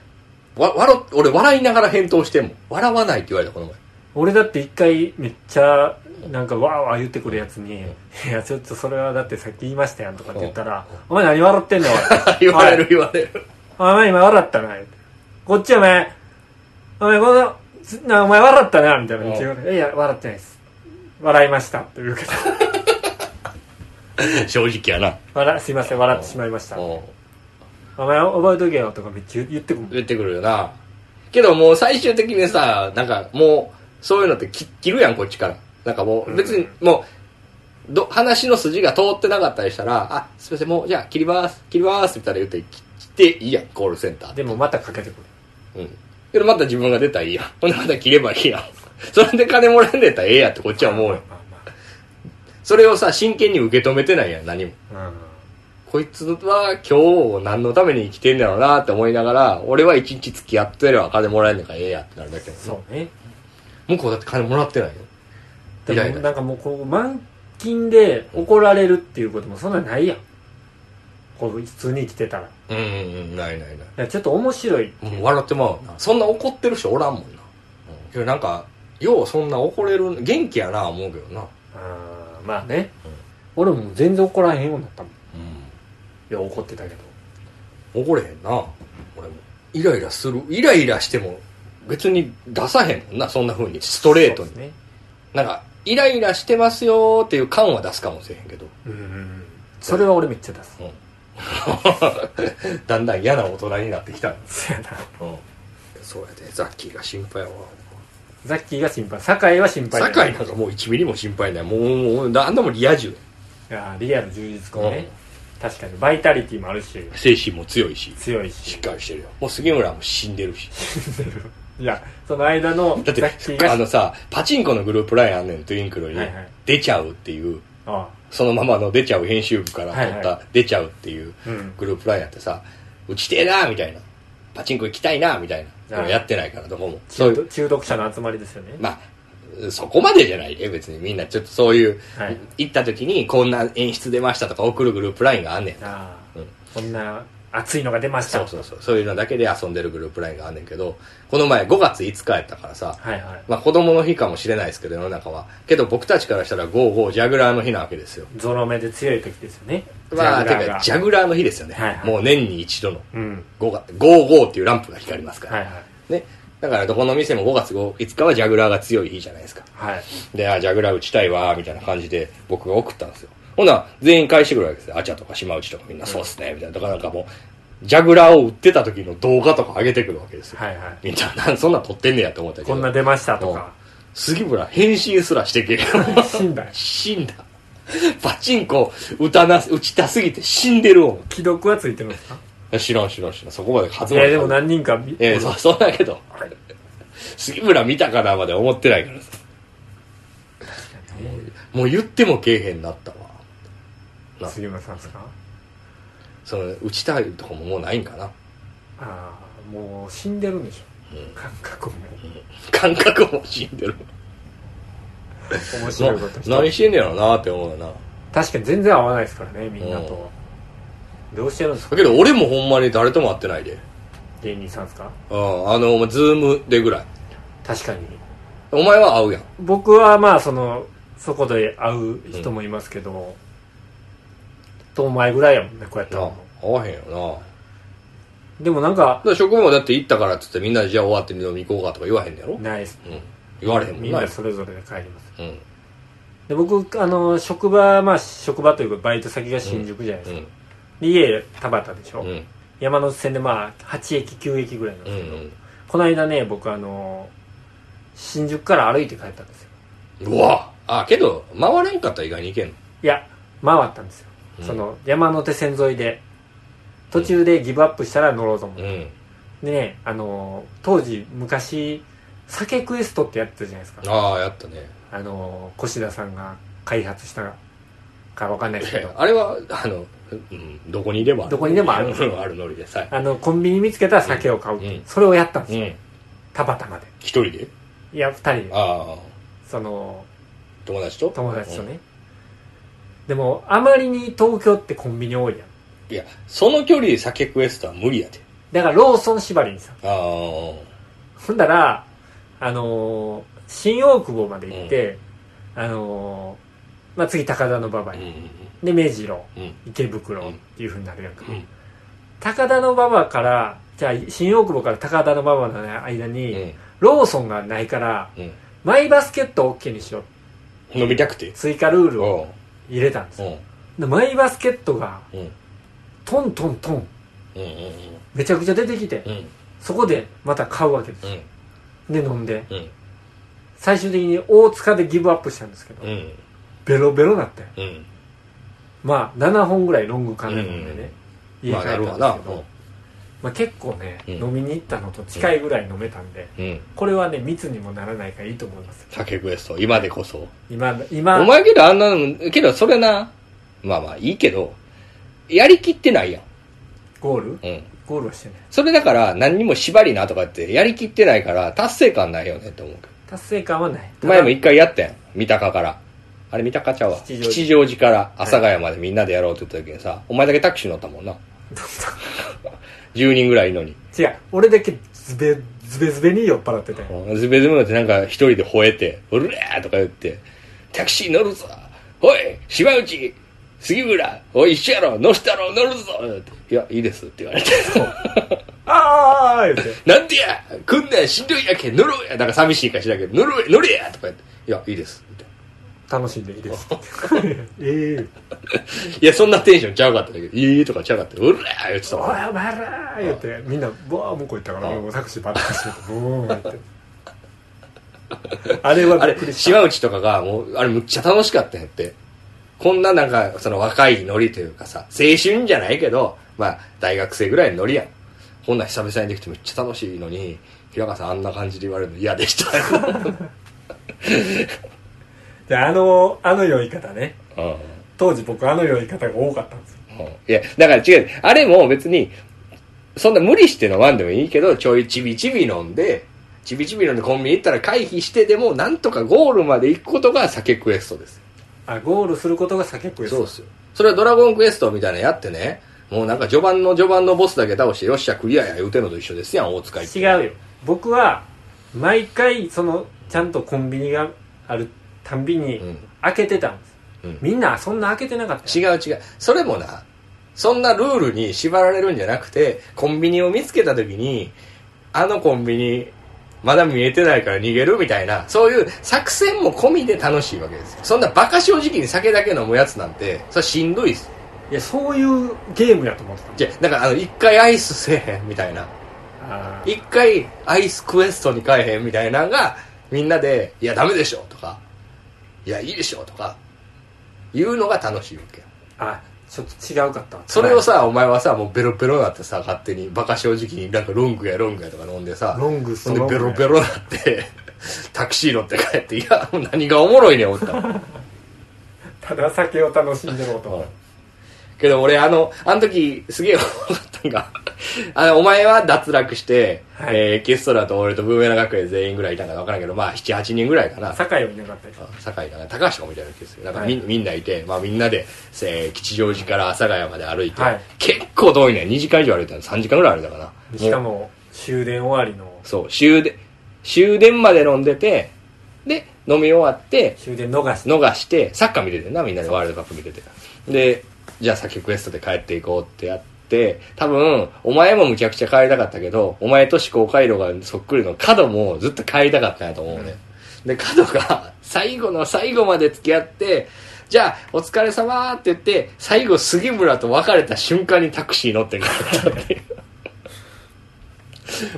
[SPEAKER 2] わ、笑っ、俺笑いながら返答しても、笑わないって言われた、この前。
[SPEAKER 1] 俺だって一回めっちゃなんかわーわー言ってくるやつに
[SPEAKER 2] う
[SPEAKER 1] 「
[SPEAKER 2] ん
[SPEAKER 1] いやちょっとそれはだってさっき言いましたやん」とかって言ったら「お前何笑ってんねんおい
[SPEAKER 2] 言われる言われる。
[SPEAKER 1] お前今笑ったな」こっちお前お前このつなお前笑ったな」みたいな言って言われていや笑ってないです笑いました」というか
[SPEAKER 2] 正直やな。
[SPEAKER 1] 笑すいません笑ってしまいました
[SPEAKER 2] うん。
[SPEAKER 1] お前覚えとけよとかめっちゃ言ってくるもん
[SPEAKER 2] 言ってくるよな。けどもう最終的にさ、なんかもう、そういうのって切切るやん、こっちから。なんかもう、別にもう、ど、話の筋が通ってなかったりしたら、あ、すいません、もう、じゃあ切ります、切ります、みたいな言って、切っていいやん、コールセンターで。
[SPEAKER 1] でもまたかけてくる
[SPEAKER 2] うん。けどまた自分が出たらいいやん。 ほんでまた切ればいいやん。 それで金もらえんでたらええやんってこっちは思うよ。
[SPEAKER 1] まあま
[SPEAKER 2] それをさ、真剣に受け止めてないやん、何も。
[SPEAKER 1] あまあうん
[SPEAKER 2] こいつは今日何のために生きてんだろうなって思いながら、俺は一日付き合ってれば金もらえんねんからええやってなるだけやんな
[SPEAKER 1] そうね
[SPEAKER 2] 向こうだって金もらってないよイライ
[SPEAKER 1] で
[SPEAKER 2] ラ
[SPEAKER 1] もなんかもうこう満勤で怒られるっていうこともそんなないやんこう普通に生きてたらい
[SPEAKER 2] うんうんないないな
[SPEAKER 1] やちょっと面白い
[SPEAKER 2] いもう笑ってまうなそんな怒ってる人おらんもんな、うん、けどなんかようそんな怒れる元気やな思うけどな、
[SPEAKER 1] あーまあね、
[SPEAKER 2] うん
[SPEAKER 1] 俺も全然怒らへんようになったもんいや怒ってたけど
[SPEAKER 2] 怒れへんな俺もイライラするイライラしても別に出さへんもんなそんな風にストレートに、
[SPEAKER 1] そうですね
[SPEAKER 2] なんかイライラしてますよーっていう感は出すかもしれへんけど、
[SPEAKER 1] うんうんうんそれは俺めっちゃ出す
[SPEAKER 2] うんだんだん嫌な大人になってきた、
[SPEAKER 1] そうやな
[SPEAKER 2] うん、そうやでザッキーが心配やわ
[SPEAKER 1] ザッキーが心配酒井は心配
[SPEAKER 2] 酒井
[SPEAKER 1] い
[SPEAKER 2] なんかもう1ミリも心配ないもうもうあんなもんリア充
[SPEAKER 1] やリアル充実感ね、確かにバイタリティもあるし
[SPEAKER 2] 精神も強いし
[SPEAKER 1] 強い
[SPEAKER 2] し
[SPEAKER 1] し
[SPEAKER 2] っかりしてるよもう杉村も死んでるし
[SPEAKER 1] いやその間のザ
[SPEAKER 2] だっ
[SPEAKER 1] ッキー
[SPEAKER 2] て
[SPEAKER 1] が
[SPEAKER 2] あのさパチンコのグループラインあんねんトゥインクルに、
[SPEAKER 1] はいはい
[SPEAKER 2] 出ちゃうっていう
[SPEAKER 1] あ
[SPEAKER 2] そのままの出ちゃう編集部から撮っ
[SPEAKER 1] はい
[SPEAKER 2] た出ちゃうっていう
[SPEAKER 1] あうん
[SPEAKER 2] グループラインやってさ打ちてえなみたいなパチンコ行きたいなみたいな
[SPEAKER 1] はい
[SPEAKER 2] やってないからどこもそ
[SPEAKER 1] 中
[SPEAKER 2] ういう
[SPEAKER 1] 毒中毒者の集まりですよね
[SPEAKER 2] まあそこまでじゃないえ別にみんなちょっとそういう、
[SPEAKER 1] はい
[SPEAKER 2] 行った時にこんな演出出ましたとか送るグループラインがあんねん
[SPEAKER 1] ああ、
[SPEAKER 2] うん
[SPEAKER 1] こんな熱いのが出ました
[SPEAKER 2] そうそうそうそういうのだけで遊んでるグループラインがあんねんけどこの前5月5日やったからさ、
[SPEAKER 1] はいはい
[SPEAKER 2] まあ、子供の日かもしれないですけど世の中はけど僕たちからしたら55ジャグラーの日なわけですよ
[SPEAKER 1] ゾロ目で強い時ですよね
[SPEAKER 2] まあ
[SPEAKER 1] ジャグラ
[SPEAKER 2] て
[SPEAKER 1] ー
[SPEAKER 2] か
[SPEAKER 1] が
[SPEAKER 2] ジャグラーの日ですよね、
[SPEAKER 1] はいはい
[SPEAKER 2] もう年に一度の
[SPEAKER 1] うん
[SPEAKER 2] 5が55っていうランプが光りますから、
[SPEAKER 1] はいはい
[SPEAKER 2] ねだからどこの店も5月5日はジャグラーが強い日じゃないですか
[SPEAKER 1] はい
[SPEAKER 2] で、あ、ジャグラー打ちたいわ、みたいな感じで僕が送ったんですよ。ほな、全員返してくるわけですよ。アチャとか島内とかみんなそうっすね、みたいな。とかなんかもう、ジャグラーを打ってた時の動画とか上げてくるわけですよ。
[SPEAKER 1] はいはい
[SPEAKER 2] みんな、なんそんなん撮ってんねやと思ったけ
[SPEAKER 1] こ
[SPEAKER 2] ど。
[SPEAKER 1] んな出ましたとか
[SPEAKER 2] 杉村、返信すらしてけ。
[SPEAKER 1] 死んだよ
[SPEAKER 2] 死んだ。パチンコ打たな、打ちたすぎて死んでるも
[SPEAKER 1] 既読はついてるんですか
[SPEAKER 2] ん。知らん知らん知らん。そこまで発
[SPEAKER 1] い
[SPEAKER 2] 音
[SPEAKER 1] やでも何人か見
[SPEAKER 2] ええ、そ、そうだけど。杉村見たかなまで思ってないからさ。もう言ってもけえへんなったわ。な
[SPEAKER 1] 杉村さんですか
[SPEAKER 2] その、打ちたいとかももうないんかな。
[SPEAKER 1] ああもう死んでるんでしょ、
[SPEAKER 2] うん
[SPEAKER 1] 感覚も
[SPEAKER 2] 感覚も死んでる。
[SPEAKER 1] 面
[SPEAKER 2] な
[SPEAKER 1] 白いことして
[SPEAKER 2] 何してんねやろなって思うよな。
[SPEAKER 1] 確かに全然合わないですからねみんなと、どうしてるんですか
[SPEAKER 2] だけど俺もほんまに誰とも会ってないで。
[SPEAKER 1] 芸人さんですか
[SPEAKER 2] うん、あの、ズームでぐらい。
[SPEAKER 1] 確かに
[SPEAKER 2] お前は会うやん。
[SPEAKER 1] 僕はまあそのそこで会う人もいますけど、とお前ぐらいやもんねこうやった
[SPEAKER 2] なあ
[SPEAKER 1] ら、
[SPEAKER 2] 会わへんよな。だか
[SPEAKER 1] でもなんから
[SPEAKER 2] 職場もだって行ったからっつってみんなでじゃあ終わって飲み行こうかとか言わへんのやろ
[SPEAKER 1] ないです
[SPEAKER 2] うん。言われへんも
[SPEAKER 1] み
[SPEAKER 2] ん
[SPEAKER 1] ん
[SPEAKER 2] な
[SPEAKER 1] な。それぞれで帰ります
[SPEAKER 2] うん。
[SPEAKER 1] で僕あの職場まあ職場というかバイト先が新宿じゃないで
[SPEAKER 2] う
[SPEAKER 1] すか、
[SPEAKER 2] ん。
[SPEAKER 1] で家田端でしょ、
[SPEAKER 2] うん。
[SPEAKER 1] 山手線でまあ8駅9駅ぐらいなん
[SPEAKER 2] う
[SPEAKER 1] ですけど、
[SPEAKER 2] ん。
[SPEAKER 1] この間ね僕あの新宿から歩いて帰ったんですよ
[SPEAKER 2] うん。うわあ、けど、回れんかったら意外に行けんの。
[SPEAKER 1] いや回ったんですよ、
[SPEAKER 2] うん
[SPEAKER 1] その山手線沿いで途中でギブアップしたら乗ろうと思って、
[SPEAKER 2] うん。
[SPEAKER 1] でねあの当時昔酒クエストってやってたじゃないですか
[SPEAKER 2] ああ、やったね。
[SPEAKER 1] あの越田さんが開発したかわかんないですけど
[SPEAKER 2] あれは、あの、うん、どこにでもある。
[SPEAKER 1] どこにでもある
[SPEAKER 2] うんあるノリでさ。はい
[SPEAKER 1] あのコンビニ見つけたら酒を買うっていう、
[SPEAKER 2] うん
[SPEAKER 1] それをやったんです
[SPEAKER 2] う
[SPEAKER 1] よ、
[SPEAKER 2] ん。
[SPEAKER 1] たまたまで
[SPEAKER 2] 一人で
[SPEAKER 1] いや二人で
[SPEAKER 2] ああ、
[SPEAKER 1] その
[SPEAKER 2] 友達と
[SPEAKER 1] 友達とね、でもあまりに東京ってコンビニ多いやん
[SPEAKER 2] うん。いや、その距離で酒クエストは無理やて。
[SPEAKER 1] だからローソン縛りにさ
[SPEAKER 2] ああ、
[SPEAKER 1] ほんだらあのー新大久保まで行って、あのーまあ、次高田の馬場
[SPEAKER 2] う
[SPEAKER 1] に、
[SPEAKER 2] ん。
[SPEAKER 1] で目白
[SPEAKER 2] うん。
[SPEAKER 1] 池袋っていうふうになるやんか、
[SPEAKER 2] うん。
[SPEAKER 1] 高田の馬場からじゃあ新大久保から高田の馬場の間に、
[SPEAKER 2] うん。
[SPEAKER 1] ローソンがないから
[SPEAKER 2] うん。
[SPEAKER 1] マイバスケットを OK にしよう
[SPEAKER 2] 飲みたくて。
[SPEAKER 1] 追加ルー
[SPEAKER 2] う
[SPEAKER 1] ル
[SPEAKER 2] ん。
[SPEAKER 1] を入れたんです
[SPEAKER 2] う
[SPEAKER 1] よ
[SPEAKER 2] ん。
[SPEAKER 1] でマイバスケットが
[SPEAKER 2] うん。
[SPEAKER 1] トントントン
[SPEAKER 2] うん。うん。
[SPEAKER 1] めちゃくちゃ出てきて、
[SPEAKER 2] うん。
[SPEAKER 1] そこでまた買うわけです
[SPEAKER 2] う
[SPEAKER 1] よ、
[SPEAKER 2] ん。
[SPEAKER 1] で飲んで
[SPEAKER 2] うん。
[SPEAKER 1] 最終的に大塚でギブアップしたんですけど、
[SPEAKER 2] うん。
[SPEAKER 1] ベロベロなったよ
[SPEAKER 2] うん。
[SPEAKER 1] まあ7本ぐらいロング缶飲んでね、家
[SPEAKER 2] まあ、
[SPEAKER 1] 帰
[SPEAKER 2] なる
[SPEAKER 1] った
[SPEAKER 2] わ
[SPEAKER 1] ん
[SPEAKER 2] な。
[SPEAKER 1] ですけど、まあ、結構ね、
[SPEAKER 2] うん
[SPEAKER 1] 飲みに行ったのと近いぐらい飲めたんで
[SPEAKER 2] うん。うん。
[SPEAKER 1] これはね密にもならないからいいと思います
[SPEAKER 2] 酒クエスト、今でこそ。
[SPEAKER 1] 今今
[SPEAKER 2] お前けどあんなの、けどそれな、まあまあいいけど、やりきってないやん。
[SPEAKER 1] ゴール
[SPEAKER 2] うん。
[SPEAKER 1] ゴールはしてない
[SPEAKER 2] それだから何にも縛りなとかってやりきってないから達成感ないよねって思うけ
[SPEAKER 1] 達成感はない
[SPEAKER 2] ど前も
[SPEAKER 1] ただ
[SPEAKER 2] 一回やったやん三鷹からあれ三鷹ちゃうわ
[SPEAKER 1] 吉祥寺
[SPEAKER 2] 吉祥寺から阿佐ヶ谷までみんなでやろうって言った時にさ、お前だけタクシー乗ったもんな10人ぐらいいのに
[SPEAKER 1] 違う俺だけズベズベズベに酔っ払ってたよ
[SPEAKER 2] ズベズベってなんか一人で吠えて「うるえ!」とか言って「タクシー乗るぞおい島内杉村おい一緒やろ乗したろ乗るぞ!」って「いやいいです」って言われ
[SPEAKER 1] あー
[SPEAKER 2] て
[SPEAKER 1] あー言って
[SPEAKER 2] なんでや来んなんしんどいやけん乗ろうやなんか寂しいかしらんけど乗ろうや乗れやとか言って「いやいいです」みたいな
[SPEAKER 1] 楽しんでいいです ええ
[SPEAKER 2] いやそんなテンションちゃうかったんだけど「いい」とかちゃうかった「うらー」言ってた
[SPEAKER 1] お
[SPEAKER 2] も
[SPEAKER 1] いお
[SPEAKER 2] ん
[SPEAKER 1] 前らー言ってみんなうわー向こう行ったから
[SPEAKER 2] あ
[SPEAKER 1] もうタクシーバッて走ってブーン言ってあれは
[SPEAKER 2] あ
[SPEAKER 1] びっ
[SPEAKER 2] れ
[SPEAKER 1] くりした
[SPEAKER 2] 島内とかがもうあれむっちゃ楽しかったんやってこんななんかその若いノリというかさ青春じゃないけどまあ大学生ぐらいのノリやんこんなん久々にできてむっちゃ楽しいのに平川さんあんな感じで言われるの嫌でした
[SPEAKER 1] であのあの酔い方ね
[SPEAKER 2] うんうん
[SPEAKER 1] 当時僕あの酔い方が多かったんですよ
[SPEAKER 2] いやだから違うあれも別にそんな無理して飲まんでもいいけどちょいちびちび飲んでちびちびのコンビニ行ったら回避してでもなんとかゴールまで行くことが酒クエストです
[SPEAKER 1] あゴールすることが酒クエスト
[SPEAKER 2] そうですよそれはドラゴンクエストみたいなのやってねもうなんか序盤の序盤のボスだけ倒してよっしゃクリアや言うてんのと一緒ですやん大塚行って
[SPEAKER 1] 違うよ僕は毎回そのちゃんとコンビニがあるたんびに
[SPEAKER 2] うん
[SPEAKER 1] 開けてたんです、
[SPEAKER 2] うん
[SPEAKER 1] みんなそんな開けてなかったよ
[SPEAKER 2] 違う違うそれもなそんなルールに縛られるんじゃなくてコンビニを見つけた時にあのコンビニまだ見えてないから逃げるみたいなそういう作戦も込みで楽しいわけですよそんなバカ正直に酒だけ飲むやつなんてそれしんどいっす
[SPEAKER 1] いやそういうゲームやと思って
[SPEAKER 2] じゃだからあの一回アイスせえへんみたいな
[SPEAKER 1] たあー
[SPEAKER 2] 一回アイスクエストに変えへんみたいなのがみんなで「いやダメでしょ」とか「いやいいでしょ」とか言うのが楽しいわけよ
[SPEAKER 1] あちょっと違うかったわ
[SPEAKER 2] それをさ、お前はさ、もうベロベロになってさ、勝手に、バカ正直になんかロングやロングやとか飲んでさ、
[SPEAKER 1] ロングス
[SPEAKER 2] ほんで
[SPEAKER 1] ロング
[SPEAKER 2] ベ
[SPEAKER 1] や
[SPEAKER 2] ロベロになって、 タクシー乗って帰って、いや、もう何がおもろいねん、思ったわ。
[SPEAKER 1] ただ酒を楽しんでる
[SPEAKER 2] うん
[SPEAKER 1] 男
[SPEAKER 2] けど俺、あの、あの時、すげえ思ったんが、 あの、お前は脱落して、
[SPEAKER 1] はい
[SPEAKER 2] えーエキストラと俺とブーメラン学園全員ぐらいいたんかなわからんけど、まあ、7、8人ぐらいかな。
[SPEAKER 1] 酒はいなかったよ
[SPEAKER 2] 酒井かな高橋かみたいな気がするなんかみ,、
[SPEAKER 1] は
[SPEAKER 2] みんないて、まあ、みんなで、えー吉祥寺から阿佐ヶ谷まで歩いて、
[SPEAKER 1] はい
[SPEAKER 2] 結構遠いね2時間以上歩いたの3時間ぐらい歩いたかな
[SPEAKER 1] しか
[SPEAKER 2] も
[SPEAKER 1] も終電終わりの
[SPEAKER 2] うそう終電終電まで飲んでてで飲み終わって
[SPEAKER 1] 終電逃して
[SPEAKER 2] 逃してサッカー見ててんなみんなでワールドカップ見ててでじゃあ先クエストで帰っていこうってやって多分お前もむちゃくちゃ帰りたかったけどお前と思考回路がそっくりの角もずっと帰りたかったんやと思うね、で角が最後の最後まで付き合ってじゃあお疲れ様って言って最後杉村と別れた瞬間にタクシー乗って帰った ってい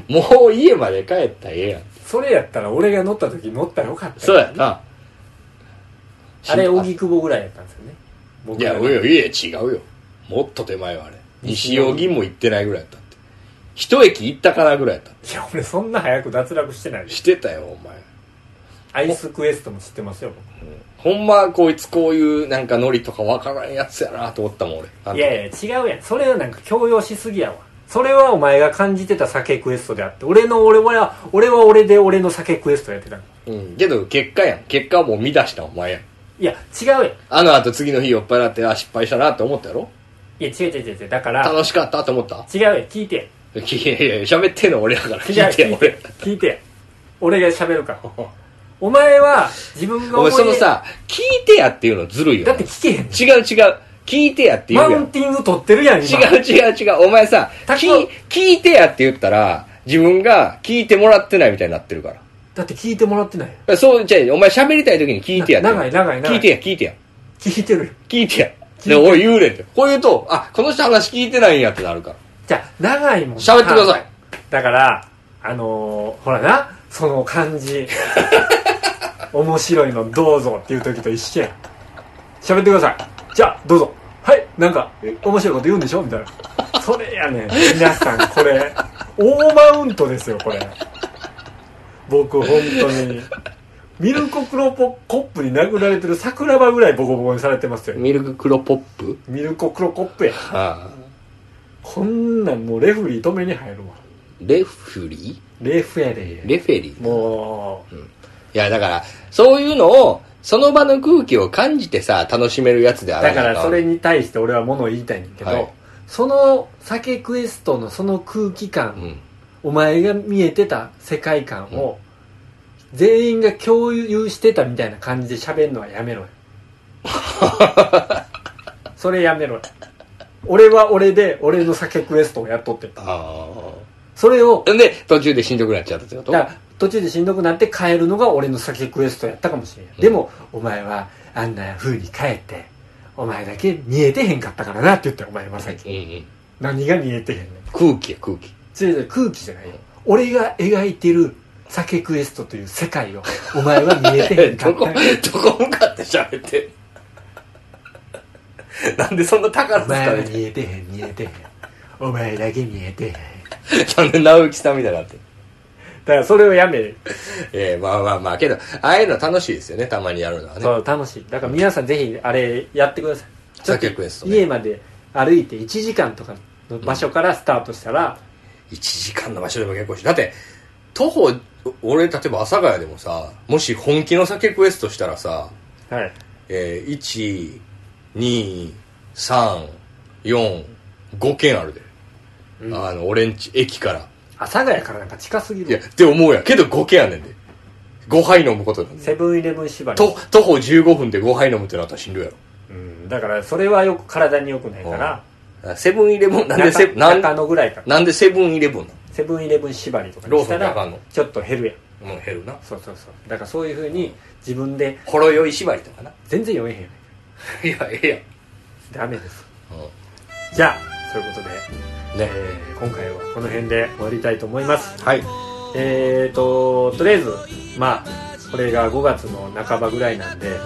[SPEAKER 2] うもう家まで帰ったらええやん
[SPEAKER 1] それやったら俺が乗った時乗ったらよかったよ
[SPEAKER 2] そうやな
[SPEAKER 1] あれ荻窪ぐらいやったんですよね僕
[SPEAKER 2] いや、
[SPEAKER 1] ら
[SPEAKER 2] いや、いや、違うよ。もっと手前はあれ。西
[SPEAKER 1] 西
[SPEAKER 2] 尾
[SPEAKER 1] 荻
[SPEAKER 2] 銀も行ってないぐらいやったって。一駅行ったかなぐらいやったって。
[SPEAKER 1] いや俺そんな早く脱落してないで
[SPEAKER 2] してたよ、お前。
[SPEAKER 1] アイスクエストも知ってますよ
[SPEAKER 2] ほんま、こいつこういうなんかノリとかわからんやつやなと思ったもん、俺あ
[SPEAKER 1] 僕
[SPEAKER 2] の。
[SPEAKER 1] いやいや違うやんそれはなんか強要しすぎやわそれはお前が感じてた酒クエストであって俺の俺は俺は俺で俺の酒クエストやってたの
[SPEAKER 2] うん。けど、結果やん。結果はもう見出したお前やん。
[SPEAKER 1] いや違うやんい
[SPEAKER 2] あの後次の日酔っ払って、あ、失敗したなって思ったやろ
[SPEAKER 1] や違う違う違う違うだから
[SPEAKER 2] 楽しかったと思った
[SPEAKER 1] 違うやん聞いて
[SPEAKER 2] いやいやいや、喋ってんの俺だから。聞
[SPEAKER 1] や
[SPEAKER 2] いてよ、 俺。
[SPEAKER 1] 聞いて俺が喋 るからお前は自分が
[SPEAKER 2] お
[SPEAKER 1] 思
[SPEAKER 2] 前、
[SPEAKER 1] い出
[SPEAKER 2] そのさ、聞いてやっていうのずるいよ
[SPEAKER 1] だっ
[SPEAKER 2] な。
[SPEAKER 1] て聞けへん
[SPEAKER 2] 違う違う。聞いてやって言
[SPEAKER 1] マ
[SPEAKER 2] うや
[SPEAKER 1] ウ
[SPEAKER 2] ん
[SPEAKER 1] ン。ティング取ってるやん今
[SPEAKER 2] 違う違う違う。お前さ、
[SPEAKER 1] タコ
[SPEAKER 2] 聞い聞いてやって言ったら、自分が聞いてもらってないみたいになってるから。
[SPEAKER 1] だって聞いてもらってないやん
[SPEAKER 2] そう、じゃあお前喋りたい時に聞いてやって。
[SPEAKER 1] な長い長い長い
[SPEAKER 2] 聞いてや、聞いてや。
[SPEAKER 1] 聞いてるよ
[SPEAKER 2] 聞いてや。で、おい言うねんって。こう言うと、あ、この人話聞いてないんやってなるから。
[SPEAKER 1] じゃあ長いもん
[SPEAKER 2] 喋ってください。
[SPEAKER 1] だからあのーほらなその感 じ面白いのどうぞっていう時と一緒や喋ってくださいじゃあどうぞはいなんかえ面白いこと言うんでしょみたいなそれやねん皆さんこれ大マウントですよこれ僕本当にミルコクロポコップに殴られてる桜庭ぐらいボコボコにされてますよ
[SPEAKER 2] ミルク黒ポップ
[SPEAKER 1] ミルコクロコップや
[SPEAKER 2] ああ。
[SPEAKER 1] こんなんもうレフリー止めに入るわ
[SPEAKER 2] レフリ
[SPEAKER 1] レフェリー
[SPEAKER 2] ーレフェリー
[SPEAKER 1] もう、
[SPEAKER 2] いや、だから、そういうのを、その場の空気を感じてさ、楽しめるやつであ
[SPEAKER 1] だ
[SPEAKER 2] らな
[SPEAKER 1] か
[SPEAKER 2] あん
[SPEAKER 1] らそれに対して俺は物を言いたいねんだけど、
[SPEAKER 2] はい
[SPEAKER 1] その酒クエストのその空気感、
[SPEAKER 2] うん。
[SPEAKER 1] お前が見えてた世界観を、全員が共有してたみたいな感じで喋るのはやめろよ それやめろよ俺は俺で俺の酒クエストをやっとってた
[SPEAKER 2] あ
[SPEAKER 1] それを
[SPEAKER 2] あ。で、途中でしんどくなっちゃったってこと
[SPEAKER 1] だから途中でしんどくなって帰るのが俺の酒クエストやったかもしれん、でもお前はあんな風に帰ってお前だけ見えてへんかったからなって言ったよお前まさき、
[SPEAKER 2] うんうん。
[SPEAKER 1] 何が見えてへんねん
[SPEAKER 2] 空気や空気
[SPEAKER 1] それ空気じゃないよ俺が描いてる酒クエストという世界をお前は見えてへんか
[SPEAKER 2] ど
[SPEAKER 1] った
[SPEAKER 2] こどこ向かって喋ってん なんでそんな宝
[SPEAKER 1] お前は
[SPEAKER 2] 塚
[SPEAKER 1] 見えてへん見えてへんお前だけ見えてへんだ
[SPEAKER 2] なんで直行さんみたいになって
[SPEAKER 1] からそれをやめ
[SPEAKER 2] ええまあまあまあけどああいうの楽しいですよねたまにやるのはね
[SPEAKER 1] そう楽しいだから皆さんぜひあれやってくださいちょっと
[SPEAKER 2] 酒クエストね
[SPEAKER 1] 家まで歩いて1時間とかの場所からスタートしたら、
[SPEAKER 2] 1時間の場所でも結構しだって徒歩俺例えば阿佐ヶ谷でもさもし本気の酒クエストしたらさ、
[SPEAKER 1] はい
[SPEAKER 2] えー、12345件あるで、あの俺んち駅から
[SPEAKER 1] 阿佐ヶ谷からなんか近すぎ
[SPEAKER 2] いやっ
[SPEAKER 1] る
[SPEAKER 2] て思うやんけど5件あんねんで5杯飲むことなんで
[SPEAKER 1] セブンイレブン縛り
[SPEAKER 2] と徒歩15分で5杯飲むってなったらしんどいやろ
[SPEAKER 1] うん、だからそれはよく体に良くないから
[SPEAKER 2] セブンイレブンなんでセ
[SPEAKER 1] 中
[SPEAKER 2] ブンなん
[SPEAKER 1] 中野ぐらいから
[SPEAKER 2] なんでセブンイレブンな
[SPEAKER 1] セブンイレブン縛りとかにした
[SPEAKER 2] ローソンってあからんの
[SPEAKER 1] ちょっと減るやん
[SPEAKER 2] のもう減るな
[SPEAKER 1] そうそうそうだからそういうふうに自分で
[SPEAKER 2] ほろ酔い縛りとかな
[SPEAKER 1] 全然酔えへんやん
[SPEAKER 2] いやええや
[SPEAKER 1] ダ
[SPEAKER 2] ん
[SPEAKER 1] メです
[SPEAKER 2] う
[SPEAKER 1] じゃあそういうことで、
[SPEAKER 2] んね
[SPEAKER 1] えー今回はこの辺で終わりたいと思います
[SPEAKER 2] はい
[SPEAKER 1] えーととりあえずまあこれが5月の半ばぐらいなんで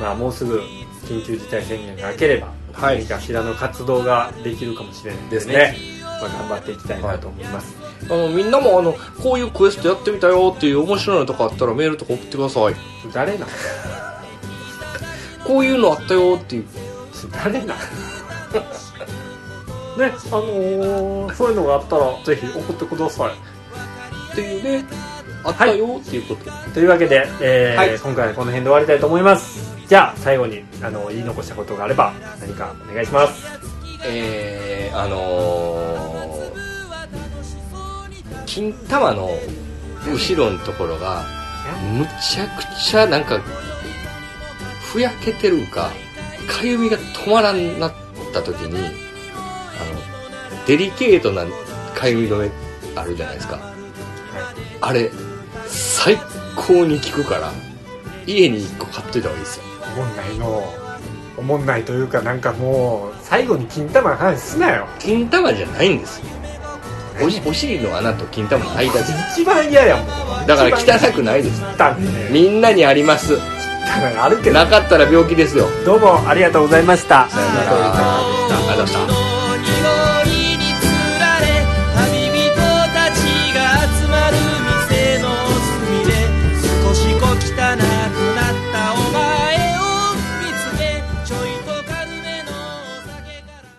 [SPEAKER 1] まあもうすぐ緊急事態宣言が明ければ
[SPEAKER 2] はい
[SPEAKER 1] 何かしらの活動ができるかもしれないん
[SPEAKER 2] ですね
[SPEAKER 1] まあ、頑張っていきたいなと思います、
[SPEAKER 2] あのみんなもあのこういうクエストやってみたよっていう面白いのとかあったらメールとか送ってください
[SPEAKER 1] 誰 なん
[SPEAKER 2] こういうのあったよっていう
[SPEAKER 1] 誰なんねあのーそういうのがあったらぜひ送ってください
[SPEAKER 2] っていうねあったよっていうこと、
[SPEAKER 1] というわけで、えー
[SPEAKER 2] はい
[SPEAKER 1] 今回はこの辺で終わりたいと思いますじゃあ最後にあの言い残したことがあれば何かお願いします
[SPEAKER 2] えー、あのー、金玉の後ろのところがむちゃくちゃなんかふやけてるんかかゆみが止まらんなった時にあのデリケートなかゆみ止めあるじゃないですかあれ最高に効くから家に1個買っといた方がいいですよ
[SPEAKER 1] おもんないのおもんないというかなんかもう最後に金玉の話すなよ
[SPEAKER 2] 金玉じゃないんですよおしお尻の穴と金玉の間です
[SPEAKER 1] 一番嫌やもん
[SPEAKER 2] だから汚くないです
[SPEAKER 1] 汚いね
[SPEAKER 2] みんなにあります
[SPEAKER 1] 汚いあるけど
[SPEAKER 2] なかったら病気ですよ
[SPEAKER 1] どうもありがとうございました
[SPEAKER 2] さよならありがとうございました